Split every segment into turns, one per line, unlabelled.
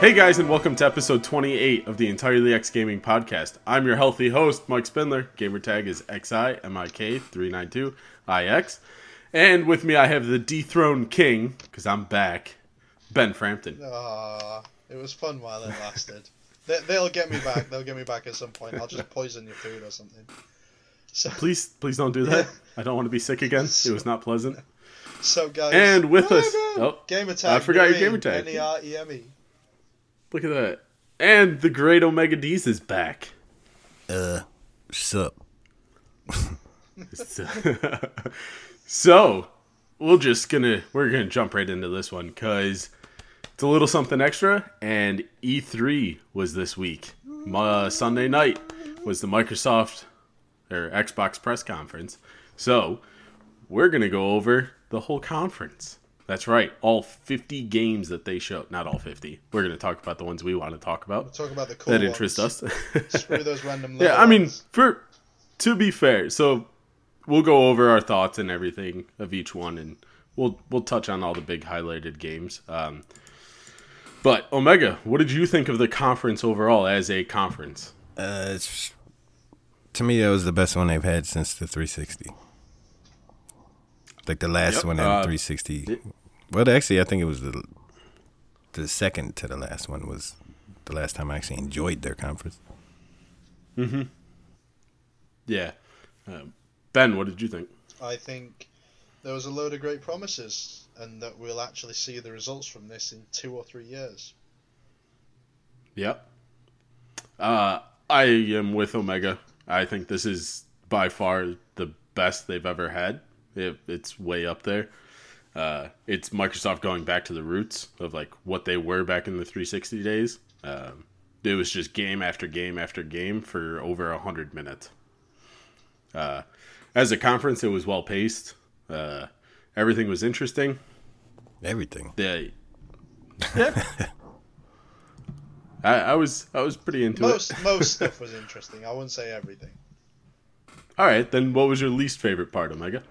Hey guys, and welcome to episode 28 of the Entirely X Gaming Podcast. I'm your healthy host, Mike Spindler. Gamer tag is XIMIK392IX. And with me, I have the dethroned king, because I'm back, Ben Frampton.
Ah, it was fun while it lasted. they, they'll get me back. They'll get me back at some point. I'll just poison your food or something. So,
Please, please don't do that. I don't want to be sick again. It was not pleasant.
so guys.
And with us, oh,
gamer tag.
I forgot your
Noreen,
gamer tag.
N-E-R-E-M-E.
look at that. And the great Omega D's is back.
Sup?
so we're just gonna we're gonna jump right into this one because it's a little something extra and e3 was this week M- uh, sunday night was the microsoft or xbox press conference so we're gonna go over the whole conference that's right all 50 games that they showed not all 50 we're gonna talk about the ones we want to talk about
Talk about the cool
that
ones.
interest us
Screw those random.
yeah,
little
I mean,
ones.
for to be fair, so we'll go over our thoughts and everything of each one, and we'll we'll touch on all the big highlighted games. Um, but Omega, what did you think of the conference overall as a conference?
Uh, it's, to me, that was the best one they've had since the 360. Like the last
Yep,
one in
uh,
360. well, actually, I think it was the the second to the last one was the last time I actually enjoyed their conference.
Yeah, um, Ben, what did you think?
I think there was a load of great promises, and that we'll actually see the results from this in two or three years.
Yep. Uh, I am with Omega. I think this is by far the best they've ever had. It, it's way up there. Uh, it's Microsoft going back to the roots of like what they were back in the 360 days. Um, it was just game after game after game for over a hundred minutes. Uh, as a conference, it was well paced. Uh, everything was interesting.
Everything.
They, yeah. I, I was I was pretty into it.
Most most stuff was interesting. I wouldn't say everything.
All right, then what was your least favorite part, Omega?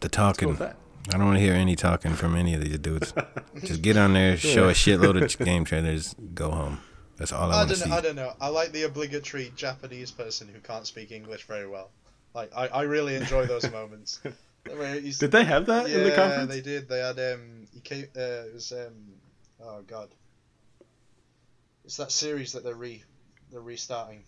The talking.
What's that?
I don't want to hear any talking from any of these dudes. Just get on there, show a shitload of game trailers, go home. That's all I,
I
want to
don't.
see.
know- I don't know. I like the obligatory Japanese person who can't speak English very well. Like I, I really enjoy those moments. Where you s-
Did they have that
yeah,
in the conference?
they did. They had um, he came, uh, it was um, oh god, it's that series that they're re, they're restarting.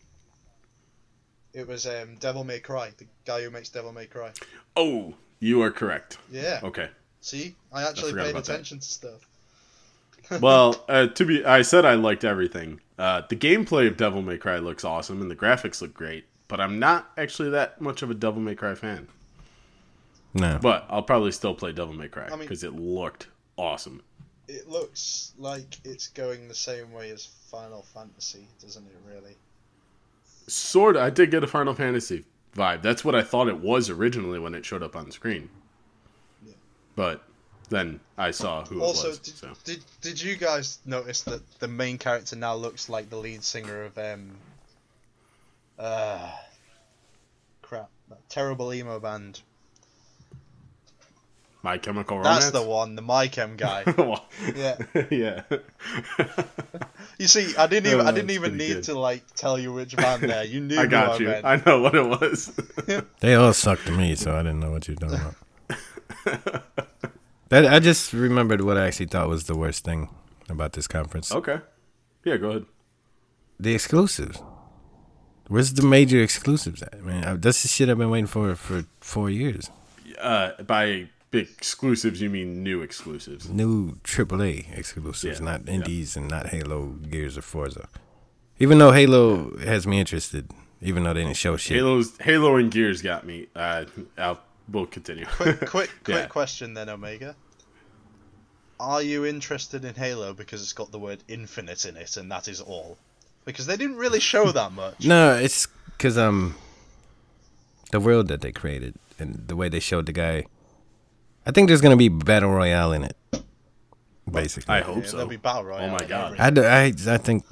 It was um, Devil May Cry, the guy who makes Devil May Cry.
Oh, you are correct.
Yeah.
Okay.
See, I actually
Oh, forgot
paid
about that.
attention to stuff.
Well, uh, to be, I said I liked everything. Uh, the gameplay of Devil May Cry looks awesome, and the graphics look great. But I'm not actually that much of a Devil May Cry fan.
no.
But I'll probably still play Devil May Cry
I mean-
because it looked awesome.
It looks like it's going the same way as Final Fantasy, doesn't it? Really.
Sort of. I did get a Final Fantasy vibe. That's what I thought it was originally when it showed up on screen.
Yeah.
But then I saw who
Also,
it was.
did,
so.
did did you guys notice that the main character now looks like the lead singer of um, uh, crap, that terrible emo band.
My Chemical Romance.
That's the one, the MyChem guy.
Well,
Yeah.
yeah.
you see, I didn't even
Oh,
I didn't
that's
even
pretty
need
good.
to like tell you which band there. You knew
I got
who
you.
I meant.
I know what it was.
They all suck to me, so I didn't know what you were talking about. that I just remembered what I actually thought was the worst thing about this conference:
okay. Yeah, go ahead.
the exclusives. Where's the major exclusives at? Man, I, uh, that's the shit I've been waiting for for four years.
Uh, by big exclusives, you mean new exclusives.
New AAA exclusives,
Yeah,
not
yeah.
indies and not Halo, Gears, or Forza. Even though Halo has me interested, even though they didn't show shit.
Halo's Halo and Gears got me. Uh, I'll, we'll continue.
Quick quick quick
Yeah.
question then, Omega. Are you interested in Halo because it's got the word infinite in it and that is all? Because they didn't really show that much.
No, it's because um, the world that they created and the way they showed the guy. I think there's gonna be battle royale in it. Basically,
I hope
Yeah,
so. Oh
there'll be battle royale.
my
and
God.
everything.
I, d- I, I think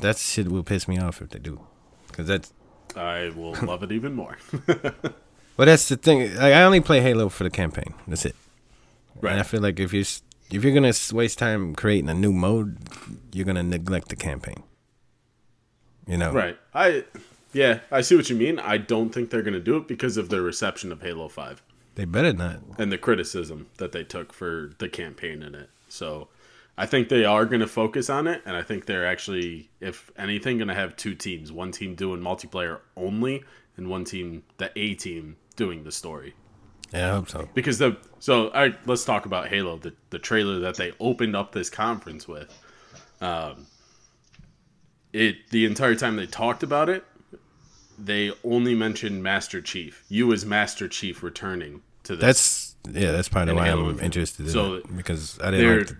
that shit will piss me off if they do, because that's
I will love it even more.
well, that's the thing. Like, I only play Halo for the campaign. That's it.
Right.
And I feel like if you s- If you're gonna s- waste time creating a new mode, you're gonna neglect the campaign. You know,
Right. I yeah, I see what you mean. I don't think they're going to do it because of their reception of Halo 5
They better not.
and the criticism that they took for the campaign in it. So, I think they are going to focus on it and I think they're actually if anything going to have two teams, one team doing multiplayer only and one team the A team doing the story.
Yeah, I hope so.
because the so all right let's talk about halo the, the trailer that they opened up this conference with um it the entire time they talked about it they only mentioned master chief you as master chief returning to this
That's yeah. That's part of
And
why
Halo
I'm
Infinite.
interested in
So
it because I didn't like
they're-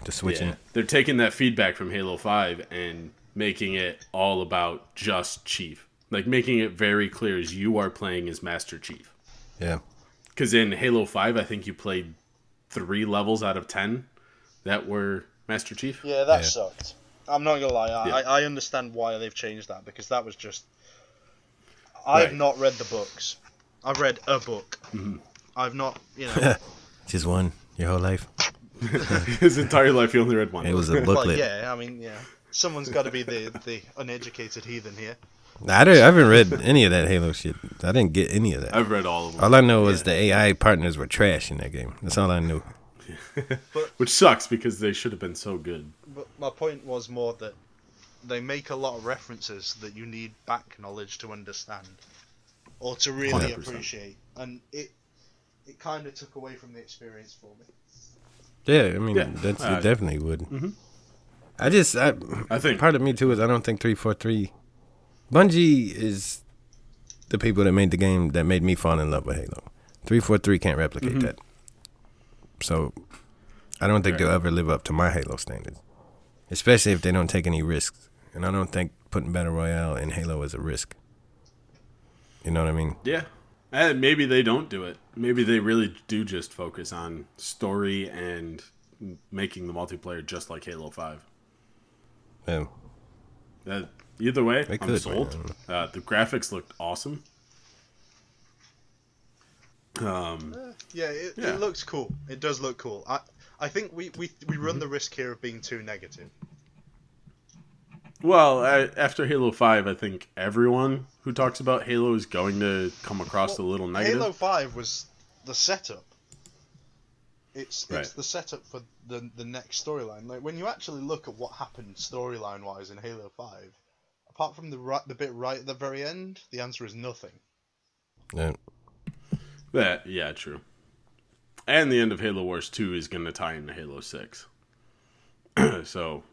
the, the switching.
Yeah. They're taking that feedback from Halo 5 and making it all about just Chief. Like making it very clear as you are playing as Master Chief.
yeah.
Because in Halo 5, I think you played three levels out of 10 that were Master Chief.
Yeah, that
Yeah.
sucked. I'm not gonna lie. I,
Yeah.
I, I understand why they've changed that because that was just. I've
Right. Mm-hmm.
not read the books. I've read a book. I've not, you know,
Just one your whole life.
His entire life, he only read one.
It was a
but
booklet.
yeah, I mean, yeah. Someone's got to be the, the uneducated heathen here.
I, don't, I haven't read any of that Halo shit. I didn't get any of that.
I've read all of them,
all I know is the AI partners were trash in that game. That's all I knew.
which sucks because they should have been so good.
But my point was more that they make a lot of references that you need back knowledge to understand or to really
100%.
appreciate, and it it kind of took away from the experience for me.
Yeah, I mean
Yeah, Mm-hmm.
that's
I-
it definitely would. I just I,
I think-
part of me too is I don't think three four three. Bungie is the people that made the game that made me fall in love with Halo. Three four three can't replicate that. So I don't think they'll ever live up to my Halo standards, especially if they don't take any risks. And I don't think putting battle royale in Halo is a risk. You know what I mean?
Yeah. And maybe they don't do it. Maybe they really do just focus on story and m- making the multiplayer just like Halo 5.
Yeah.
That, either way,
They
I'm
could,
sold. Uh, the graphics looked awesome. Um,
Yeah, it,
Yeah.
it looks cool. It does look cool. I I think we, we, we run
Mm-hmm.
the risk here of being too negative.
well, I, after Halo 5, I think everyone who talks about Halo is going to come across a little negative.
Halo Five was the setup. It's it's
Right.
the setup for the the next storyline. Like when you actually look at what happened storyline wise in Halo Five, apart from the right the bit right at the very end, the answer is nothing.
yeah.
That yeah, true. And the end of Halo Wars 2 is going to tie into Halo 6. so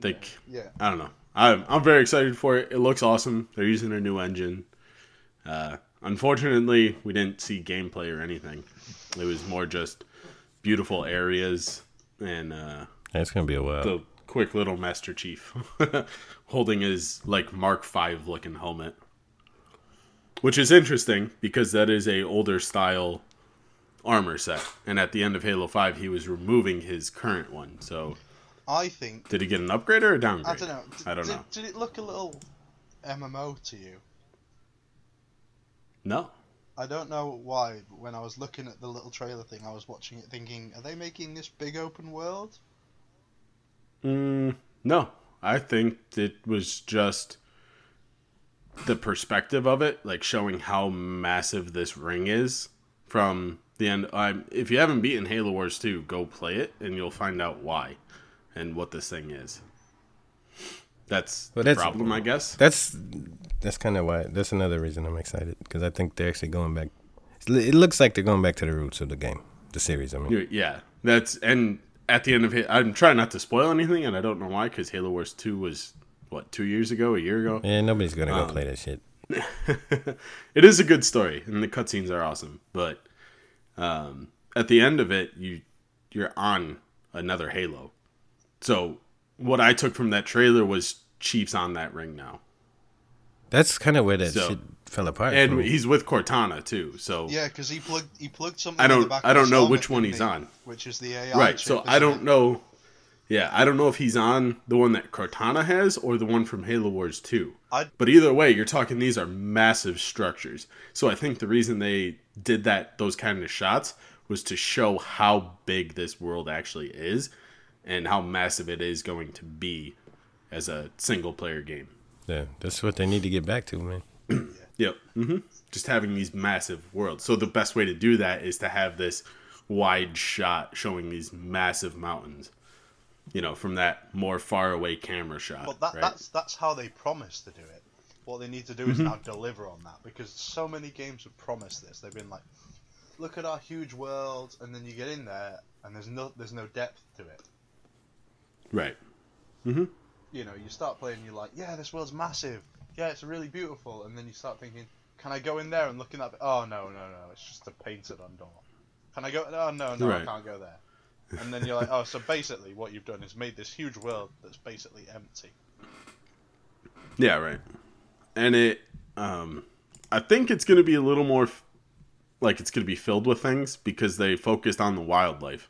they c-
Yeah,
I don't know. I'm I'm very excited for it. It looks awesome. They're using a new engine. Uh, unfortunately, we didn't see gameplay or anything. It was more just beautiful areas and uh,
It's gonna be a while.
the quick little Master Chief holding his like Mark V looking helmet, which is interesting because that is a older style armor set. And at the end of Halo Five, he was removing his current one. So
I think
did he get an upgrade or a
I
downgrade?
don't know.
I don't
did,
know.
Did it look a little MMO to you?
No.
I don't know why, but when I was looking at the little trailer thing, I was watching it thinking, are they making this big open world?
Mm, no, I think it was just the perspective of it, like showing how massive this ring is from the end. I'm, if you haven't beaten Halo Wars 2, go play it and you'll find out why and what this thing is. That's
Well,
the
that's-
problem, I guess.
That's that's kind of why. That's another reason I'm excited because I think they're actually going back. It looks like they're going back to the roots of the game, the series. I mean,
You- Yeah, that's and at the end of it, I'm trying not to spoil anything, and I don't know why because Halo Wars 2 was what two years ago, a year ago.
yeah, nobody's gonna
Um,
go play that shit.
it is a good story, and the cutscenes are awesome. But um, at the end of it, you you're on another Halo. So what I took from that trailer was Chief's on that ring now,
That's kind of where that
So-
shit fell apart. for
and
me.
he's with Cortana too. So
Yeah, because he plugged he plugged something.
I
in the
don't-
back
I
of
don't
his
know
helmet,
which one
didn't
he's
he?
on.
Which is the AI.
right. So
chip,
I
isn't
don't
it?
know. Yeah, I don't know if he's on the one that Cortana has or the one from Halo Wars 2.
I-
But either way, you're talking these are massive structures. So I think the reason they did that those kind of shots was to show how big this world actually is and how massive it is going to be as a single player game.
Yeah, that's what they need to get back to, man.
Yep. hmm Just having these massive worlds. So the best way to do that is to have this wide shot showing these massive mountains. You know, from that more far away camera shot.
But that,
right?
that's that's how they promised to do it. What they need to do
Mm-hmm.
is now deliver on that because so many games have promised this. They've been like, "Look at our huge world," and then you get in there and there's no there's no depth to it.
right.
You know, you start playing, you're like, "Yeah, this world's massive. Yeah, it's really beautiful," and then you start thinking, "Can I go in there and look in that?" Oh no, no, no! It's just a painted on door. Can I go? Oh no, no, I
Right.
can't go there. And then you're like, "Oh, so basically, what you've done is made this huge world that's basically empty."
Yeah, right. And it, um, I think it's going to be a little more, f- like it's going to be filled with things because they focused on the wildlife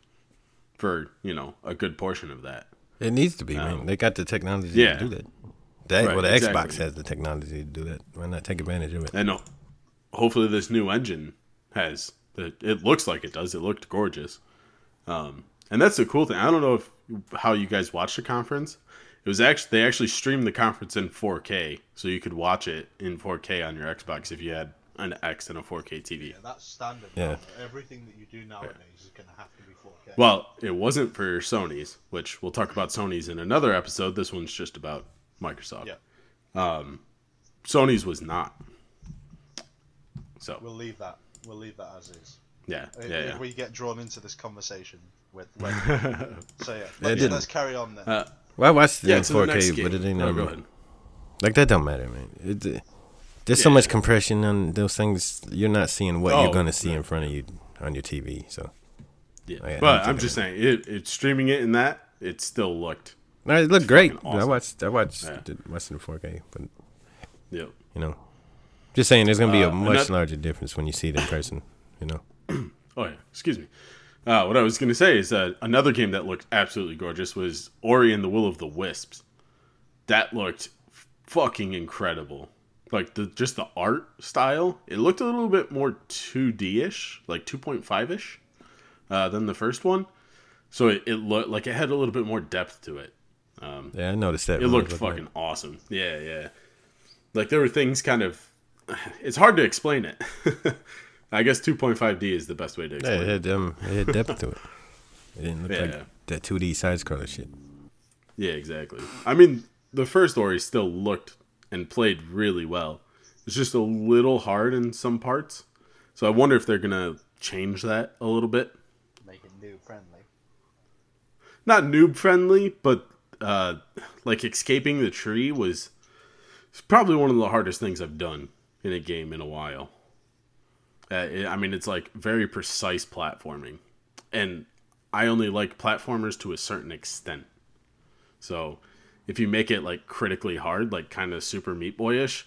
for you know a good portion of that.
It needs to be, man. They got the technology
Um, Yeah.
to do that. That
Right,
well, the Xbox
exactly.
has the technology to do that. Why not take advantage of it?
And uh, hopefully this new engine has. It, it looks like it does. It looked gorgeous. Um, and that's the cool thing. I don't know if how you guys watched the conference. It was actually they actually streamed the conference in 4K, so you could watch it in 4K on your Xbox if you had an X and a 4K TV.
Yeah, that's standard.
Yeah.
Now. Everything that you do nowadays is going to have to be 4K.
Well, it wasn't for Sony's, which we'll talk about Sony's in another episode. This one's just about Microsoft. Um,
yeah,
Sony's was not. So
we'll leave that. We'll leave that as is.
yeah,
If,
yeah,
if
yeah.
we get drawn into this conversation with, with so yeah, let's,
didn't.
let's carry on then.
Uh,
Well, I watched it
yeah,
in
to the
4K,
next game.
but it didn't.
No,
um,
go ahead.
Like that don't matter, man. It, uh, there's so
Yeah.
much compression on those things. You're not seeing what
Oh,
you're gonna see in front of you on your TV. So
Yeah.
yeah,
but
I'm
I'm just saying, it, it's streaming it in that it still looked.
no, it looked great. I
awesome.
watched. I watched.
Yeah.
the Watched it in 4K, but
Yeah.
you know, just saying, there's gonna be
Uh,
a much
another-
larger difference when you see it in person. You know,
Oh yeah. Excuse me. Uh, what I was going to say is uh, another game that looked absolutely gorgeous was Ori and the Will of the Wisps. That looked fucking incredible. Like the just the art style, it looked a little bit more 2D ish, like 2.5 ish, uh, than the first one. So it, it looked like it had a little bit more depth to it.
yeah, I noticed that.
It looked fucking awesome. Yeah, yeah. Like there were things kind of. It's hard to explain it. I guess 2.5D is the best way to
Yeah,
explain
it
it.
had um, it had depth to it. It didn't look
Yeah.
like that 2D side scroller shit.
Yeah, exactly. I mean, the first Ori still looked and played really well. It's just a little hard in some parts. So I wonder if they're going to change that a little bit.
Make it new friendly.
Not noob friendly, but uh, like escaping the tree was it's probably one of the hardest things I've done in a game in a while. Uh, it- I mean, it's like very precise platforming. And I only like platformers to a certain extent. So if you make it like critically hard, like kind of super Meat Boy ish,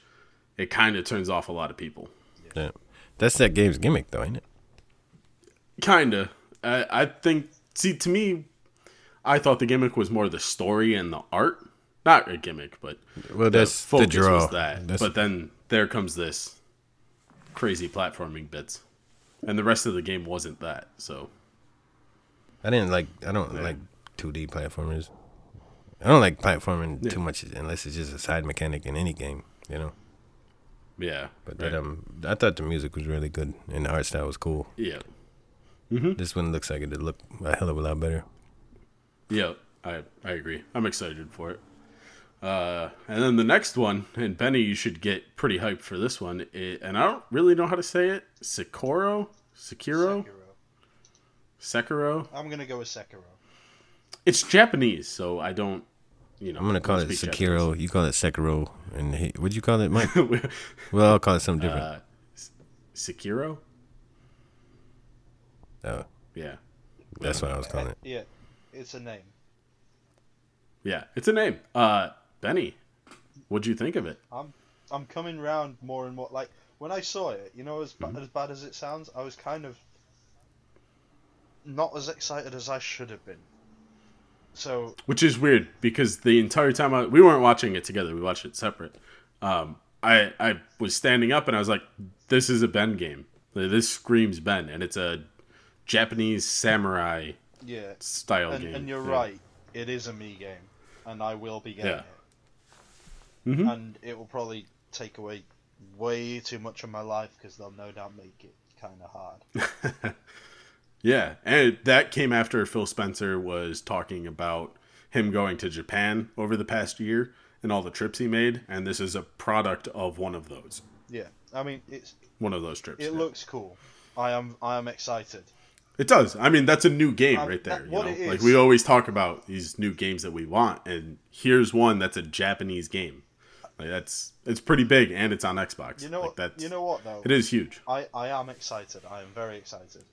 it kind of turns off a lot of people.
Yeah. That's that game's gimmick, though, ain't it?
Kind of. I, I think, see, to me, I thought the gimmick was more the story and the art. Not a gimmick, but
Well, that's the
focus
draw.
was that.
That's,
But then there comes this crazy platforming bits, and the rest of the game wasn't that. So
I didn't like. I don't like 2D platformers. I don't like platforming too much unless it's just a side mechanic in any game. You know.
yeah,
But
right.
that um, I thought the music was really good and the art style was cool.
yeah, Hmm?
This one looks like it look a hell of a lot better.
yeah. I I agree. I'm excited for it. Uh, and then the next one, and Benny, you should get pretty hyped for this one. It, and I don't really know how to say it. Sekiro, Sekiro,
Sekiro.
Sekiro.
I'm gonna go with Sekiro.
It's Japanese, so I don't. You know,
I'm gonna call it
don't speak
Sekiro. You call it Sekiro, and he, what'd you call it, Mike?
Japanese.
well, I'll call it something different.
uh, S- Sekiro.
oh,
Yeah.
that's what I was calling it.
Eh, Yeah, it's a name.
Yeah, it's a name. Uh, Benny, what'd you think of it?
I'm I'm coming round more and more. Like when I saw it, you know, as
Mm-hmm.
ba- as bad as it sounds, I was kind of not as excited as I should have been. So
Which is weird because the entire time I, we weren't watching it together, we watched it separate. Um, I I was standing up and I was like, "This is a Ben game. This screams Ben, and it's a Japanese samurai
Yeah.
style
And,
game.
and you're
yeah.
right. It is a me game, and I will be getting
Yeah.
it.
Mhm.
And it will probably take away way too much of my life because they'll no doubt make it kind of hard.
Yeah, and that came after Phil Spencer was talking about him going to Japan over the past year and all the trips he made, and this is a product of one of those.
yeah. I mean, it's
One of those trips.
it
yeah.
looks cool. I am I am excited.
It does. I mean, that's a new game
Um,
right
that-
there. you
what
know?
it
Like
is-
we always talk about these new games that we want, and here's one that's a Japanese game. Like that's it's pretty big, and it's on Xbox.
You know
like
what?
that's
You know what though.
it is huge.
I, I am excited. I am very excited.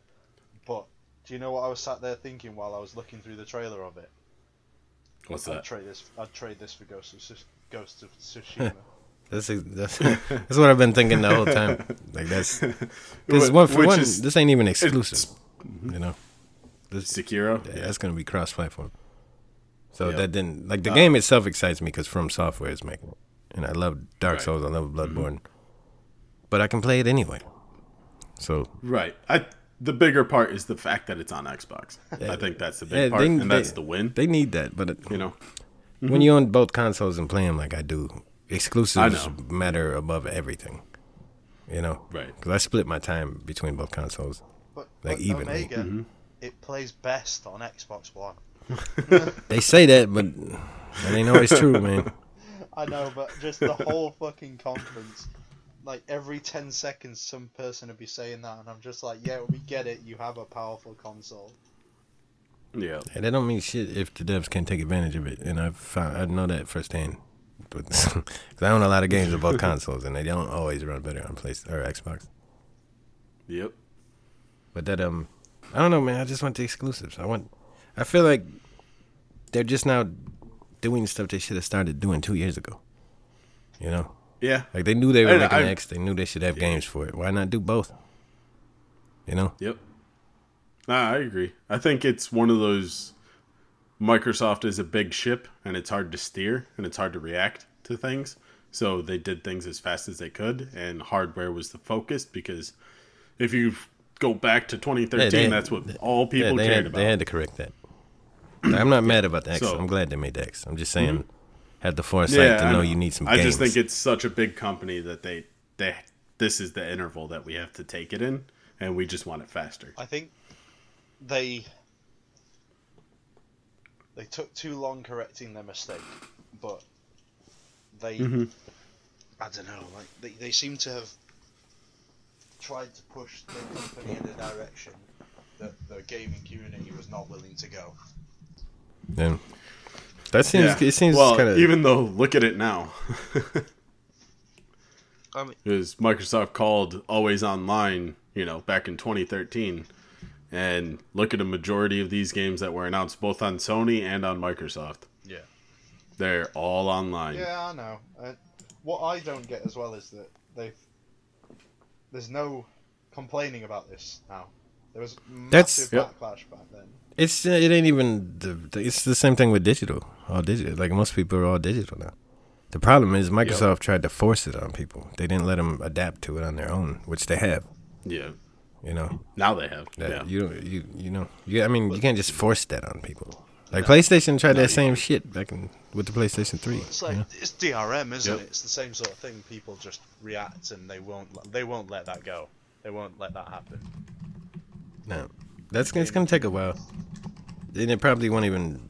But do you know what I was sat there thinking while I was looking through the trailer of it?
What's
I'd
that?
trade this. I'd trade this for Ghost of, Sus- Ghost of Tsushima.
That's that's, that's what I've been thinking the whole time. Like that's because
Wh-
one for
which
one,
is- mm-hmm.
this ain't even exclusive. You know,
Sekiro.
yeah, that's gonna be cross-platform. So
Yep.
that didn't
Uh,
like the game itself excites me because From Software is making it, and I love Dark
Right. Mm-hmm.
Souls, I love Bloodborne, but I can play it anyway. So
Right. I the bigger part is the fact that it's on Xbox. I think that's the big
yeah,
part,
they-
and
they-
that's the win. Mm-hmm.
they need that, but it,
you know.
when you own both consoles and play them like I do, exclusives
I know.
matter above everything. You know,
Right.
Because I split my time between both consoles.
But,
Like
but
evenly.
Omega, it plays best on Xbox One.
They say that, but that ain't always true, man.
I know, but just the whole fucking conference. Like every ten seconds, some person would be saying that, and I'm just like, yeah, we get it. You have a powerful console.
Yeah.
And that don't mean shit if the devs can't take advantage of it. And I found I know that firsthand. Because I own a lot of games on both consoles, and they don't always run better on PlayStation or Xbox.
Yep.
But that um, I don't know, man. I just want the exclusives. I want. I feel like they're just now doing stuff they should have started doing two years ago. You know,
Yeah.
like they knew they were
And
making
I-
X. They knew they should have games for it. Why not do both? You know,
Yep. Nah, I agree. I think it's one of those Microsoft is a big ship and it's hard to steer and it's hard to react to things. So they did things as fast as they could and hardware was the focus because if you go back to 2013
Yeah, they-
that's what all
yeah,
people
they
cared
had,
about.
they had to correct that. I'm not mad about the X.
So- Mm-hmm.
am glad they made the X. I'm just saying, had the foresight
yeah,
to
I
know you need some.
I
games.
just think it's such a big company that they they this is the interval that we have to take it in and we just want it faster.
I think they they took too long correcting their mistake, but they I don't know, like they, they seem to have tried to push the company in a direction that the gaming community was not willing to go.
Yeah. that seems it seems
well,
kind of
even though look at it now.
I mean,
is Microsoft called Always Online, you know, back in 2013. And look at a majority of these games that were announced both on Sony and on Microsoft.
Yeah.
They're all online.
Yeah, I know. Uh, what I don't get as well is that they've there's no complaining about this now. There was massive
That's-
Yep.
backlash back then.
It's uh, it ain't even the, the- it's the same thing with digital. All digital, like most people are all digital now. The problem is Microsoft tried to force it on people. They didn't let them adapt to it on their own, which they have.
Yeah.
You know,
Now they have.
that
yeah.
you don't- you you know, you, I mean, you can't just force that on people. Like PlayStation tried that same shit back in with the PlayStation Three.
It's like it's DRM, isn't
Yep.
it? It's the same sort of thing. People just react and they won't l- they won't let that go. They won't let that happen.
No, that's it's gonna take a while, and it probably won't even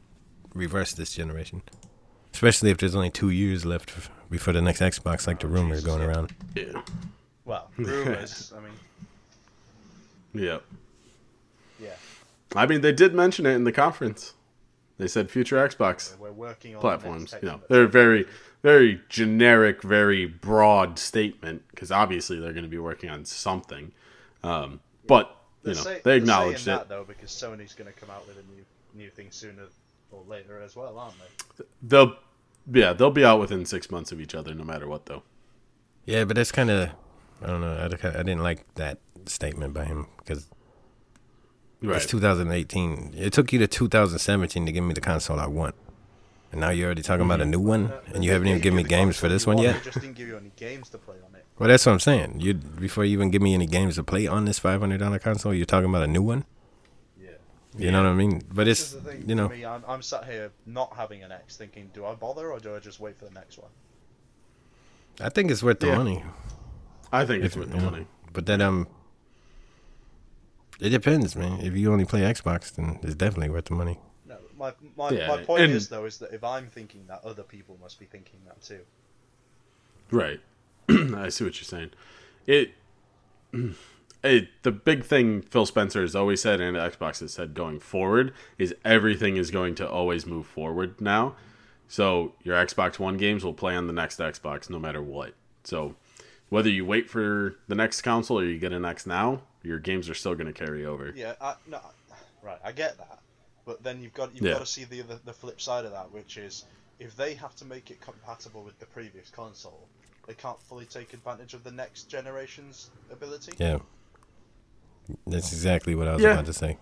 reverse this generation, especially if there's only two years left f- before the next Xbox, like the rumor
Jesus,
going
yeah.
around.
Yeah.
Well, rumors. I mean,
Yeah.
yeah,
I mean, they did mention it in the conference. They said future Xbox
we're working on the next
platforms.
tech
You know,
but-
they're very, very generic, very broad statement because obviously they're going to be working on something. Um, but you
They're
know,
say-
they
they're
acknowledged
saying
it.
that though because Sony's going to come out with a new new thing sooner or later as well, aren't they?
They'll yeah, they'll be out within six months of each other, no matter what. Though
Yeah, but that's kind of I don't know. I, kinda, I didn't like that statement by him because
right,
it's 2018. It took you to 2017 to give me the console I want, and now you're already talking about a new one, and you haven't
They
even
gave
given me
the
games for
console
this
you
one
want,
yet.
They just didn't give you any games to play on it.
Well, that's what I'm saying. You before you even give me any games to play on this $500 console, you're talking about a new one. You know what I mean? But
This
it's
is the thing
you know
for me. I'm, I'm sat here not having an X, thinking, do I bother or do I just wait for the next one?
I think it's worth the
Yeah.
money.
I think it's
If
worth
you
the
know,
money.
But then um it depends, man. If you only play Xbox, then it's definitely worth the money.
No, my my,
Yeah,
my point
and-
is though is that if I'm thinking that, other people must be thinking that too.
Right. I see what you're saying. It, it the big thing Phil Spencer has always said and Xbox has said going forward is everything is going to always move forward now. So your Xbox One games will play on the next Xbox no matter what. So whether you wait for the next console or you get an X now, your games are still going to carry over.
Yeah, I, no, I- right. I get that, but then you've got you've
Yeah.
got to see the, the the flip side of that, which is if they have to make it compatible with the previous console, they can't fully take advantage of the next generation's ability.
Yeah. That's exactly what I was
Yeah.
about to say.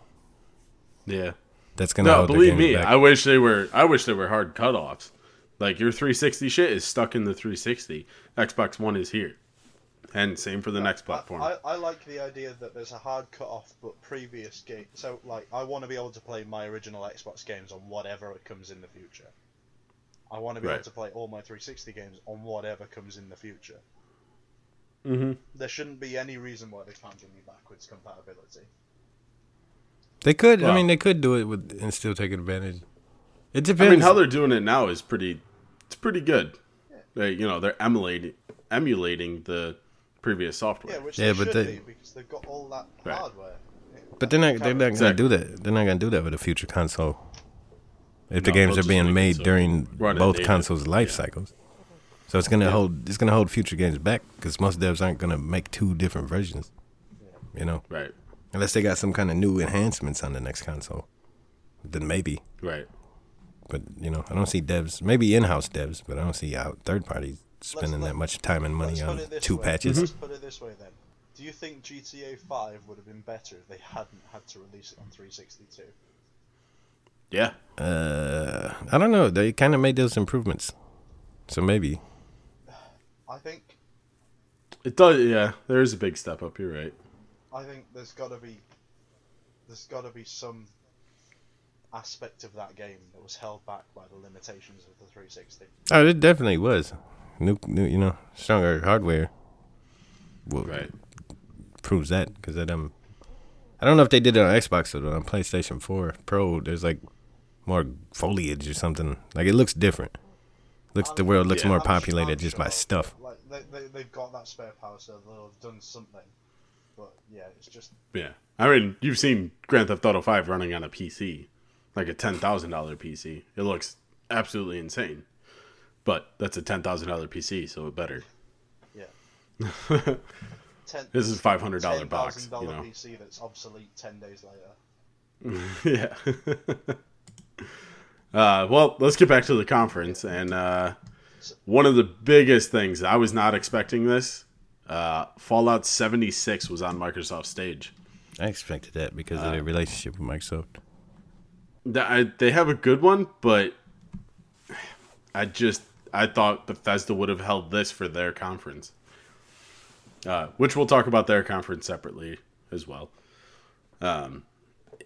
Yeah.
That's gonna
No,
hold
believe
the
me,
games back.
I wish they were. I wish they were hard cutoffs. Like your 360 shit is stuck in the 360. Xbox One is here, and same for the next platform.
I, I, I like the idea that there's a hard cut-off, but previous game. So, like, I want to be able to play my original Xbox games on whatever it comes in the future. I want to be
Right.
able to play all my 360 games on whatever comes in the future.
mm-hmm.
There shouldn't be any reason why they can't give me backwards compatibility.
they could. I
Well-
mean, they could do it with and still take advantage. It
I
depends.
mean, how they're doing it now is pretty. It's pretty good. They, you know, they're emulating emulating the previous software.
Yeah, which
Yeah,
they
but
should
they-
be because they've got all that
Right.
hardware.
But they're not. They're not
Exactly.
gonna do that. They're not gonna do that with a future console. If the
No,
games
they'll
are
just
being
make it
made
so
during
run it
both
native.
consoles' life
Yeah.
cycles, so it's gonna hold. It's gonna hold future games back because most devs aren't gonna make two different versions. You know,
Right.
unless they got some kind of new enhancements on the next console, then maybe.
Right.
But you know, I don't see devs. Maybe in-house devs, but I don't see out third parties spending
let-
that much time and money
Let's
on
put it this
two
way.
patches.
Mm-hmm.
Let's put it this way then. Do you think GTA 5 would have been better if they hadn't had to release it on 362?
Yeah.
Uh, I don't know. They kind of made those improvements, so maybe.
I think
It does. Yeah. There is a big step up. You're right.
I think there's got to be there's got to be some aspect of that game that was held back by the limitations of the 360.
Oh, it definitely was. New, new, you know, stronger hardware. Well,
Right.
proves that because that um, I don't know if they did it on Xbox or on PlayStation Four Pro. There's like more foliage or something. Like it looks different. Looks the world looks
Yeah.
more
I'm su- I'm
populated just by
sure,
stuff.
Like they, they they've got that spare power, so they'll have done something. But yeah, it's just
Yeah. I mean, you've seen Grand Theft Auto 5 running on a PC, like a $10,000 PC. It looks absolutely insane. But that's a $10,000 PC, so it better.
yeah. Ten,
This is $500
ten
box,
thousand
you
dollar
know.
PC that's obsolete ten days later.
yeah. uh, well, let's get back to the conference. And uh, one of the biggest things, I was not expecting this. Uh, Fallout 76 was on Microsoft stage.
I expected that because
Uh.
of their relationship with Microsoft.
Th- I, they have a good one, but I just I thought Bethesda would have held this for their conference, uh, which we'll talk about their conference separately as well. Um,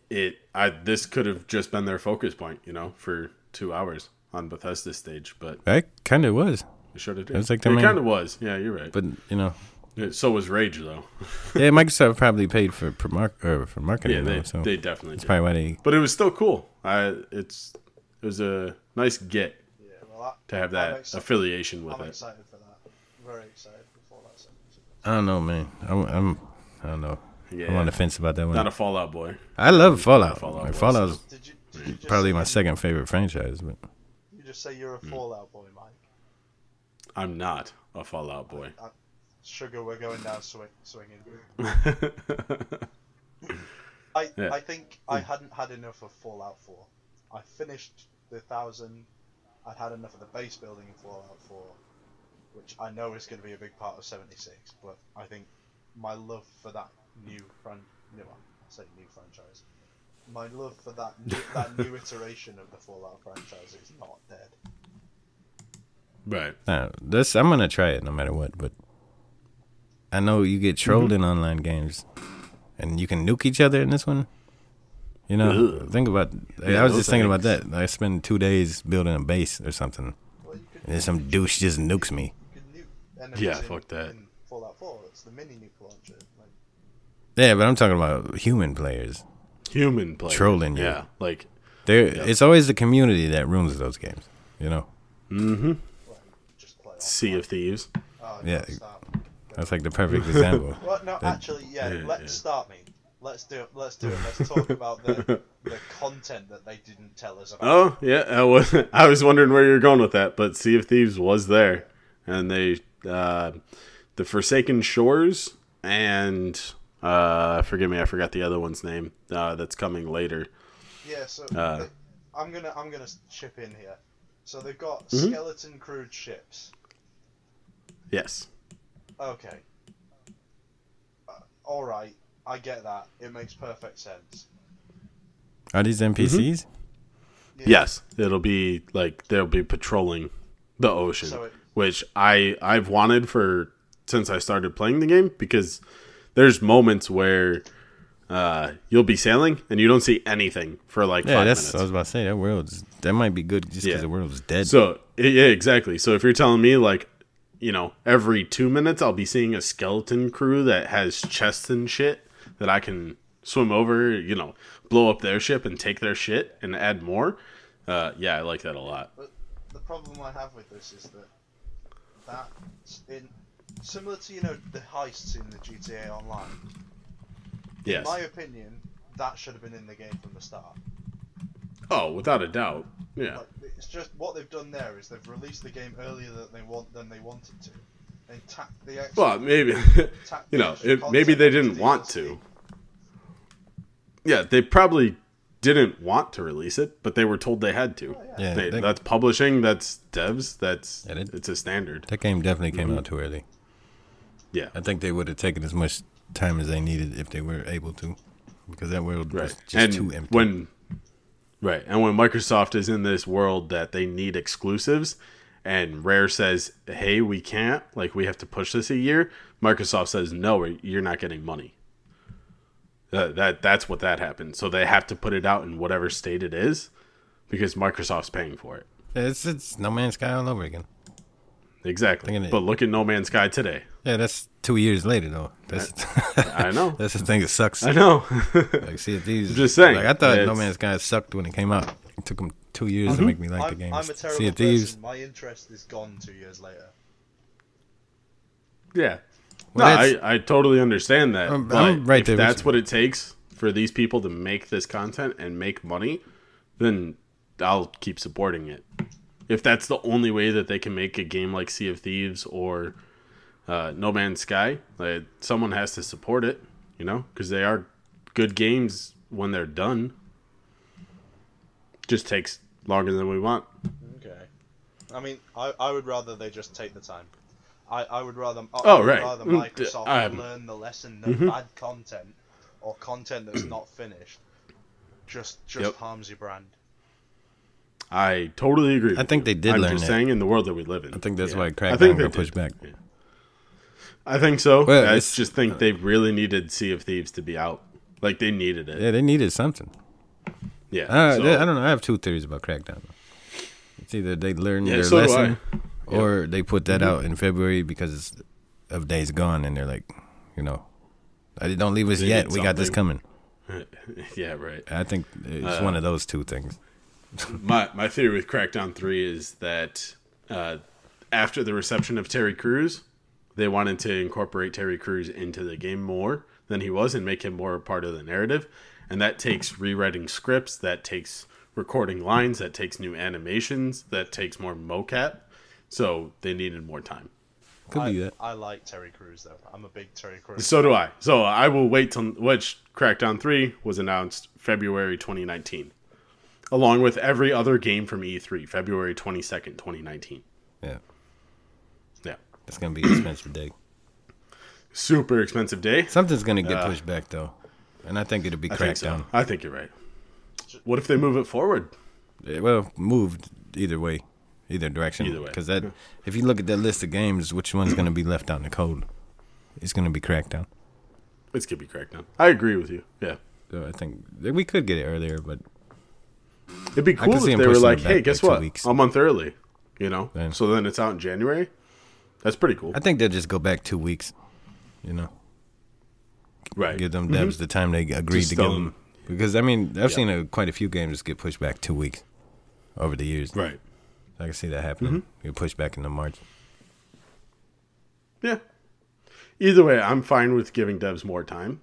it I this could have just been their focus point, you know, for two hours on Bethesda's stage, but
That kind of was,
it should have. It
was like
it
their main-
kind of was. Yeah, you're right.
but you know,
But so was Rage though.
yeah, Microsoft probably paid for for, mar- or for marketing.
yeah,
though,
they
so
they definitely
that's
did.
probably why they
But it was still cool. I it's it was a nice get
Yeah, well, I,
to have
I'm
that
exci-
affiliation with
I'm
it.
excited for that. Very excited for Fallout 76.
I don't know, man. I'm, I'm I don't know. I'm on
Yeah.
the fence about that one.
Not a Fallout boy.
I love Fallout.
Fallout
Like,
was-
Fallout's
Did you, did
Hmm.
you just
probably
say
my
you-
second favorite franchise, but
You just say
Hmm.
you're a Fallout boy, Mike.
I'm not a Fallout boy.
Sugar, we're going down swing, swinging. I
Yeah.
I think I hadn't had enough of Fallout 4. I finished the thousand. I'd had enough of the base building in Fallout 4, which I know is going to be a big part of 76. But I think my love for that new fran, new well, I say new franchise, my love for that new, that new iteration of the Fallout franchise is not dead.
right.
nah, this I'm gonna try it no matter what. But I
Mm-hmm.
know you get trolled in online games, and you can nuke each other in this one. You know,
Ugh.
think about.
Yeah,
I was
those
just thinking
things.
about that. I spend two days building a base or something,
Well, you could
and then some douche just nukes me.
You could nuke enemies
Yeah,
in-
fuck that.
In Fallout 4, it's the mini nuke launcher. Like,
Yeah, but I'm talking about human players.
Human play
Trolling you.
Yeah, like
There, it's always the community that ruins those games. You know,
well, just play off.
Sea of Thieves.
Oh,
Yeah.
yeah. Start.
that's like the perfect example.
Well, no, actually, yeah,
yeah,
let's
yeah.
start me. Let's do it. Let's do it. Let's talk about the, the content that they didn't tell us about.
Oh yeah, I was I was wondering where you were going with that, but Sea of Thieves was there, and they uh, the Forsaken Shores and uh, forgive me, I forgot the other one's name. Uh, that's coming later.
Yeah, so
Uh.
they- I'm gonna I'm gonna chip in here. So they've got
Mm-hmm.
skeleton crewed ships.
Yes.
Okay. Uh, all right, I get that. It makes perfect sense.
Are
Mm-hmm.
these NPCs?
Yes, it'll be like they'll be patrolling the ocean,
So it-
which I I've wanted for since I started playing the game because there's moments where uh, you'll be sailing and you don't see anything for like
Yeah,
five
that's.
minutes.
I was about to say that world's that might be good just because
Yeah.
the world's dead.
So i- yeah, exactly. So if you're telling me like, you know, every two minutes I'll be seeing a skeleton crew that has chests and shit that I can swim over, you know, blow up their ship and take their shit and add more. Uh, yeah, I like that a lot.
But the problem I have with this is that that in similar to you know the heists in the GTA Online.
Yes.
In my opinion, that should have been in the game from the start.
Oh, without a doubt. Yeah.
Like, it's just what they've done there is they've released the game earlier than they want than they wanted to. They tacked the extra
Well, maybe you know,
tactics,
it, maybe they didn't
concept,
want to. Yeah, they probably didn't want to release it, but they were told they had to.
yeah,
They-
that,
that's publishing. That's devs. That's
Yeah, they-
it's a standard.
that game definitely came out too early.
Mm-hmm. Yeah.
I think they would have taken as much time as they needed if they were able to, because that world
Right.
was just
and
too empty.
when right, and when Microsoft is in this world that they need exclusives, and Rare says, "Hey, we can't. Like, we have to push this a year." Microsoft says, "No, you're not getting money." That, that that's what that happened. So they have to put it out in whatever state it is, because Microsoft's paying for it.
it's it's No Man's Sky all over again.
Exactly.
Thinking it-
But look at No Man's Sky today.
Yeah, that's two years later though. That's
I know.
that's the thing that sucks.
I know.
Like, see, if these,
just saying,
Like, I thought No
it's- Mm-hmm.
Man's Sky sucked when it came out. It took them two years to make me like
I'm,
the game.
I'm a terrible
see, if
person.
these,
My interest is gone two years later.
Yeah.
Well,
no,
that's-
I, I totally understand that.
I'm-
but
I'm right
if
there with
that's
you.
what it takes for these people to make this content and make money, then I'll keep supporting it. If that's the only way that they can make a game like Sea of Thieves or uh, No Man's Sky, like, someone has to support it, you know, because they are good games when they're done. Just takes longer than we want.
Okay. I mean, I, I would rather they just take the time. I, I would rather I,
Oh,
I would
right.
rather
Mm, Mm-hmm. d-
Microsoft
I'm-
learn the lesson that bad content or content that's not finished just just
Yep.
harms your brand.
I totally agree.
I
with
think
you.
they did
I'm
learn
just
that.
saying in the world that we live in.
I think that's
Yeah.
why
I
Crackdown
think they
got pushed
did.
back.
I think so.
Well,
I
it's-
just think they really needed Sea of Thieves to be out. Like they needed it.
Yeah, they needed something.
Yeah.
I,
so-
I don't know. I have two theories about Crackdown. It's either they learned
Yeah,
their
so do Mm-hmm.
lesson, or they put that out in February because of Days Gone, and they're like, you know, "Uh, don't leave us
They
yet.
did
We got this coming.
yeah, right.
I think it's
Uh,
one of those two things.
My my theory with Crackdown Three is that uh, after the reception of Terry Crews, they wanted to incorporate Terry Crews into the game more than he was and make him more a part of the narrative, and that takes rewriting scripts, that takes recording lines, that takes new animations, that takes more mocap. So they needed more time.
Could
I,
be that.
I like Terry Crews though. I'm a big Terry Crews.
So do I. So I will wait till which Crackdown 3 was announced February 2019, along with every other game from E3, February 22nd, 2019.
Yeah,
Yeah.
it's gonna be an expensive day.
Super expensive day.
Something's gonna get pushed back though, and I think it'll be
Uh, I think,
Crackdown.
so. I think you're right. What if they move it forward?
Eh, Well, moved either way, either direction.
Either way.
because that if you look at that list of games, which one's gonna be left out in the cold? It's gonna be Crackdown.
It's going to be Crackdown. I agree with you. Yeah.
So I think that we could get it earlier, but
It'd be
could
cool
see
if
him
they were
pushing it
like,
back
"Hey, guess
by two
what?
weeks.
A month early." You know,
Yeah.
so then it's out in January. That's pretty cool,
I think they'll just go back two weeks. You know,
right? Mm-hmm.
give them devs the time they agreed
Just
to give
tell
them.
them.
Because I mean, I've seen uh quite a few games get pushed back two weeks over the years.
Right. Mm-hmm.
I can see that happening. You push back into March.
Yeah. Either way, I'm fine with giving devs more time.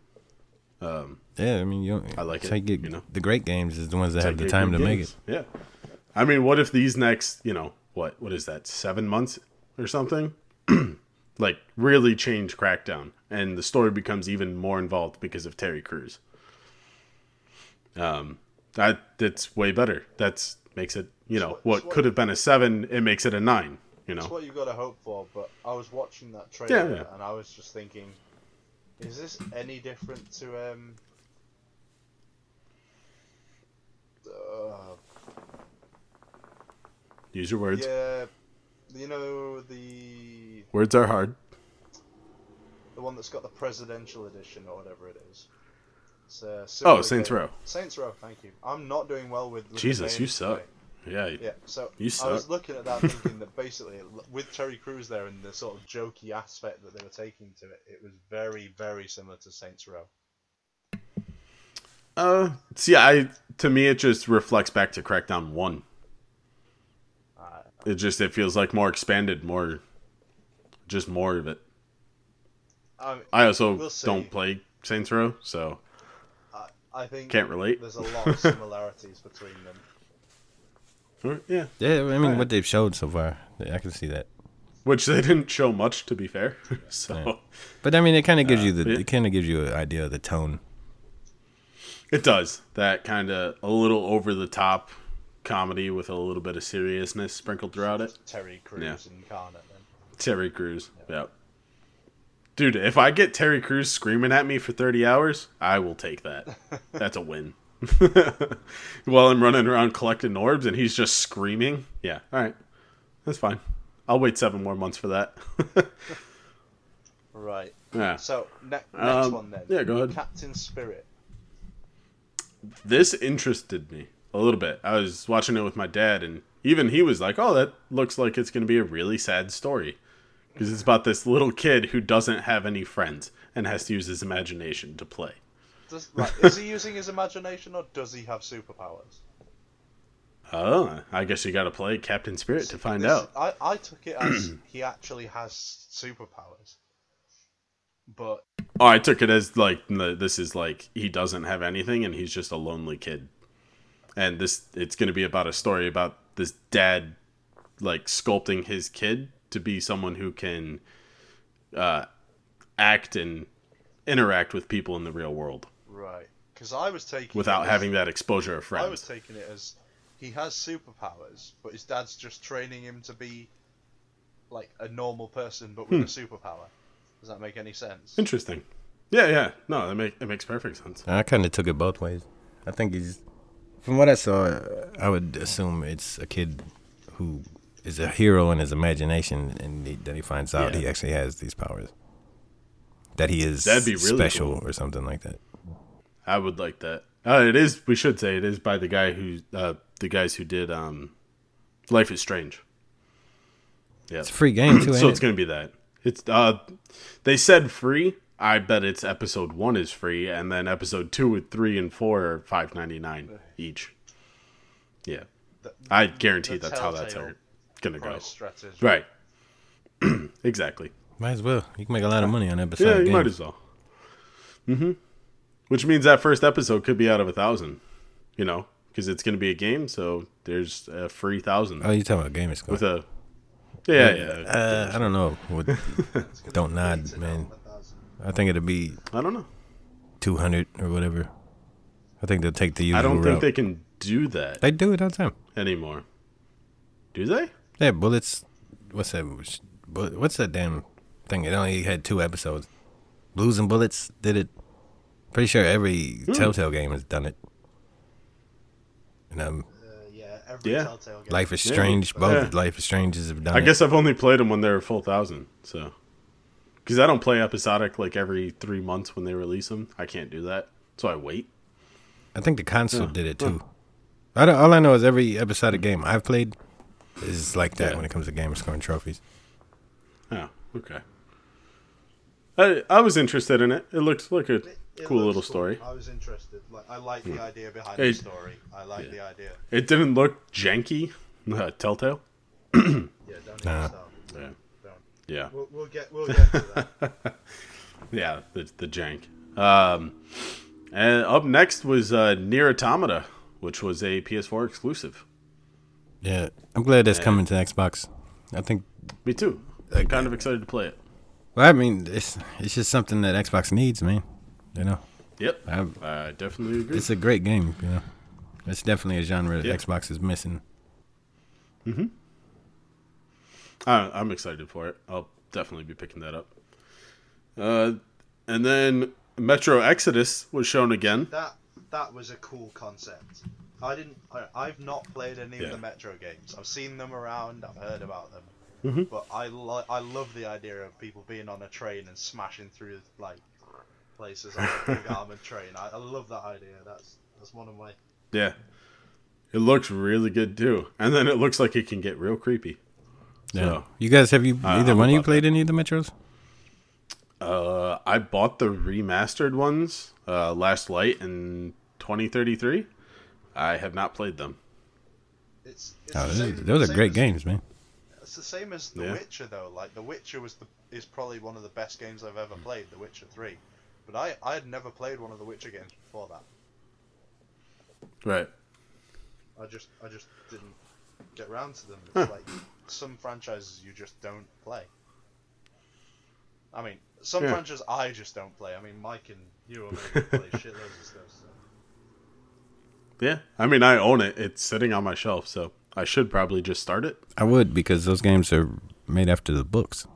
Yeah, I mean, you don't,
I like it,
take
you know.
the great games is the ones that have the
Take
time
good
to make it.
games. Yeah. I mean, what if these next, you know, what what is that, seven months or something? like really change Crackdown and the story becomes even more involved because of Terry Crews. Um that that's way better. That's makes it, you know,
what- it's
what
what-
could have been a seven, it makes it a nine, you
It's
know.
what you got to hope for, but I was watching that trailer
yeah.
and I was just thinking, is this any different to um? Uh,
Use your words.
yeah, you know the
Words are hard.
the one that's got the presidential edition or whatever it is. It's, uh,
Oh,
similar
Saints
game.
Row.
Saints Row, thank you. I'm not doing well with. with the
Jesus, you
names
suck.
today.
Yeah.
Yeah, so
You
I was
suck.
looking at that thinking that basically, l- with Terry Crews there and the sort of jokey aspect that they were taking to it, it was very, very similar to Saints Row.
Uh see I to me it just reflects back to Crackdown 1.
Uh,
It just it feels like more expanded, more just more of it.
I,
I also
We'll see.
don't play Saints Row, so
I, I think
can't relate.
there's a lot of similarities between them.
Or- uh, yeah,
Yeah, I mean,
Alright.
what they've showed so far, I can see that.
which they didn't show much to be fair. so
Yeah. But I mean, it kind of gives you the
Uh, yeah.
it kind of gives you an idea of the tone.
it does that kind of a little over the top comedy with a little bit of seriousness sprinkled throughout it.
Terry Crews
Yeah.
incarnate. Then.
Terry Crews, yep. Dude, if I get Terry Crews screaming at me for 30 hours, I will take that. That's a win. While I'm running around collecting orbs and he's just screaming. Yeah, all right. That's fine. I'll wait seven more months for that.
Right.
yeah.
So ne- next
Um,
one then.
yeah, go ahead.
Captain Spirit.
this interested me a little bit. I was watching it with my dad, and even he was like, "Oh, that looks like it's going to be a really sad story," because it's about this little kid who doesn't have any friends and has to use his imagination to play.
Does, right, is he using his imagination or does he have superpowers?
Oh, I guess you got to play Captain Spirit to find
This-
out.
I, I took it as he actually has superpowers. But
Oh, I took it as like n- this is like he doesn't have anything and he's just a lonely kid. And this it's going to be about a story about this dad like sculpting his kid to be someone who can uh act and interact with people in the real world
right, because I was taking it
without
as-
having that exposure of friends.
I was taking it as he has superpowers, but his dad's just training him to be like a normal person, but
Hmm.
with a superpower. Does that make any sense?
Interesting. Yeah, yeah. No, that make, it makes perfect sense.
I kind of took it both ways. I think he's, from what I saw, I would assume it's a kid who is a hero in his imagination, and he, then he finds out
Yeah.
he actually has these powers. That he is
That'd be really
special
cool.
or something like that.
I would like that. Uh, it is. We should say it is by the guy who, uh, the guys who did um, Life is Strange. Yeah,
It's a free game too. ain't
so it's
it?
gonna be that. It's uh, they said free. I bet it's episode one is free, and then episode two, and three, and four are five ninety nine each. Yeah,
The-
I guarantee
the
that's how that's
Telltale
gonna go.
Price strategy.
Right. exactly.
Might as well. You can make a lot of money on episode.
Yeah, you
games.
might as well. Mm-hmm. Which means that first episode could be out of a thousand, you know, because it's going to be a game. So there's a free thousand
Oh, you talking about gamers?
with a yeah, yeah.
uh, I don't know. What,
It's gonna
don't
be
nod,
rated
man.
out a thousand.
I think it'll be
I don't know.
two hundred or whatever. I think they'll take the usual
I don't think
route.
they can do that
they do it all the time.
anymore. Do they?
They had bullets. What's that? sh- bu- What's that damn thing? It only had two episodes. Blues and Bullets did it. Pretty sure every
Hmm.
Telltale game has done it. And um,
Uh, yeah, every
Yeah.
Telltale game.
Life is
Yeah.
Strange. Both
Yeah.
Life is Stranges have done
I
it.
guess I've only played them when they're a full thousand. So because I don't play episodic like every three months when they release them, I can't do that. So I wait.
I think the console
Yeah.
did it
Huh.
too. I don't, all I know is every episodic game I've played is like that
Yeah.
when it comes to gamer scoring trophies.
Oh, okay. I I was interested in it. It looked like a
It- it
cool
looks
little story. Hmm.
I was interested. Like, I like the idea behind
Hey.
the story. I like
Yeah.
the idea.
It didn't look janky. Uh, Telltale.
Yeah, don't
Nah.
even start.
Yeah.
Don't.
Yeah.
We'll, we'll get we'll get to that.
Yeah, the the jank. Um, and up next was uh, Near Automata, which was a PS4 exclusive.
Yeah, I'm glad that's coming to Xbox. I think.
Me too. I'm kind of excited to play it.
Well, I mean, it's it's just something that Xbox needs, man. You know,
Yep,
I,
I definitely agree.
it's a great game. You know, it's definitely a genre that
Yeah.
Xbox is missing.
I, I'm excited for it. I'll definitely be picking that up. Uh, and then Metro Exodus was shown again.
that that was a cool concept. I didn't. I, I've not played any
Yeah.
of the Metro games. I've seen them around. I've heard about them.
Mm-hmm.
But I lo- I love the idea of people being on a train and smashing through like places on a big armored train. I, I love that idea. That's that's one of my.
Yeah, it looks really good too. And then it looks like it can get real creepy.
Yeah.
So-
You guys have you
I-
either
I'm
one of you
about
played any of the Metros?
Uh, I bought the remastered ones, uh, Last Light and 2033. I have not played them.
It's, it's
Oh,
the
those,
same-
those are
same
great
as-
games, man.
It's the same as The
Yeah.
Witcher though. Like The Witcher was the is probably one of the best games I've ever played. The Witcher Three, but I I had never played one of the Witcher games before that.
Right.
I just I just didn't get round to them. It's like some franchises you just don't play. I mean, some
Yeah.
franchises I just don't play. I mean, Mike and you are maybe play shitloads of stuff. So.
Yeah. I mean, I own it. It's sitting on my shelf, so I should probably just start it.
I would because those games are made after the books.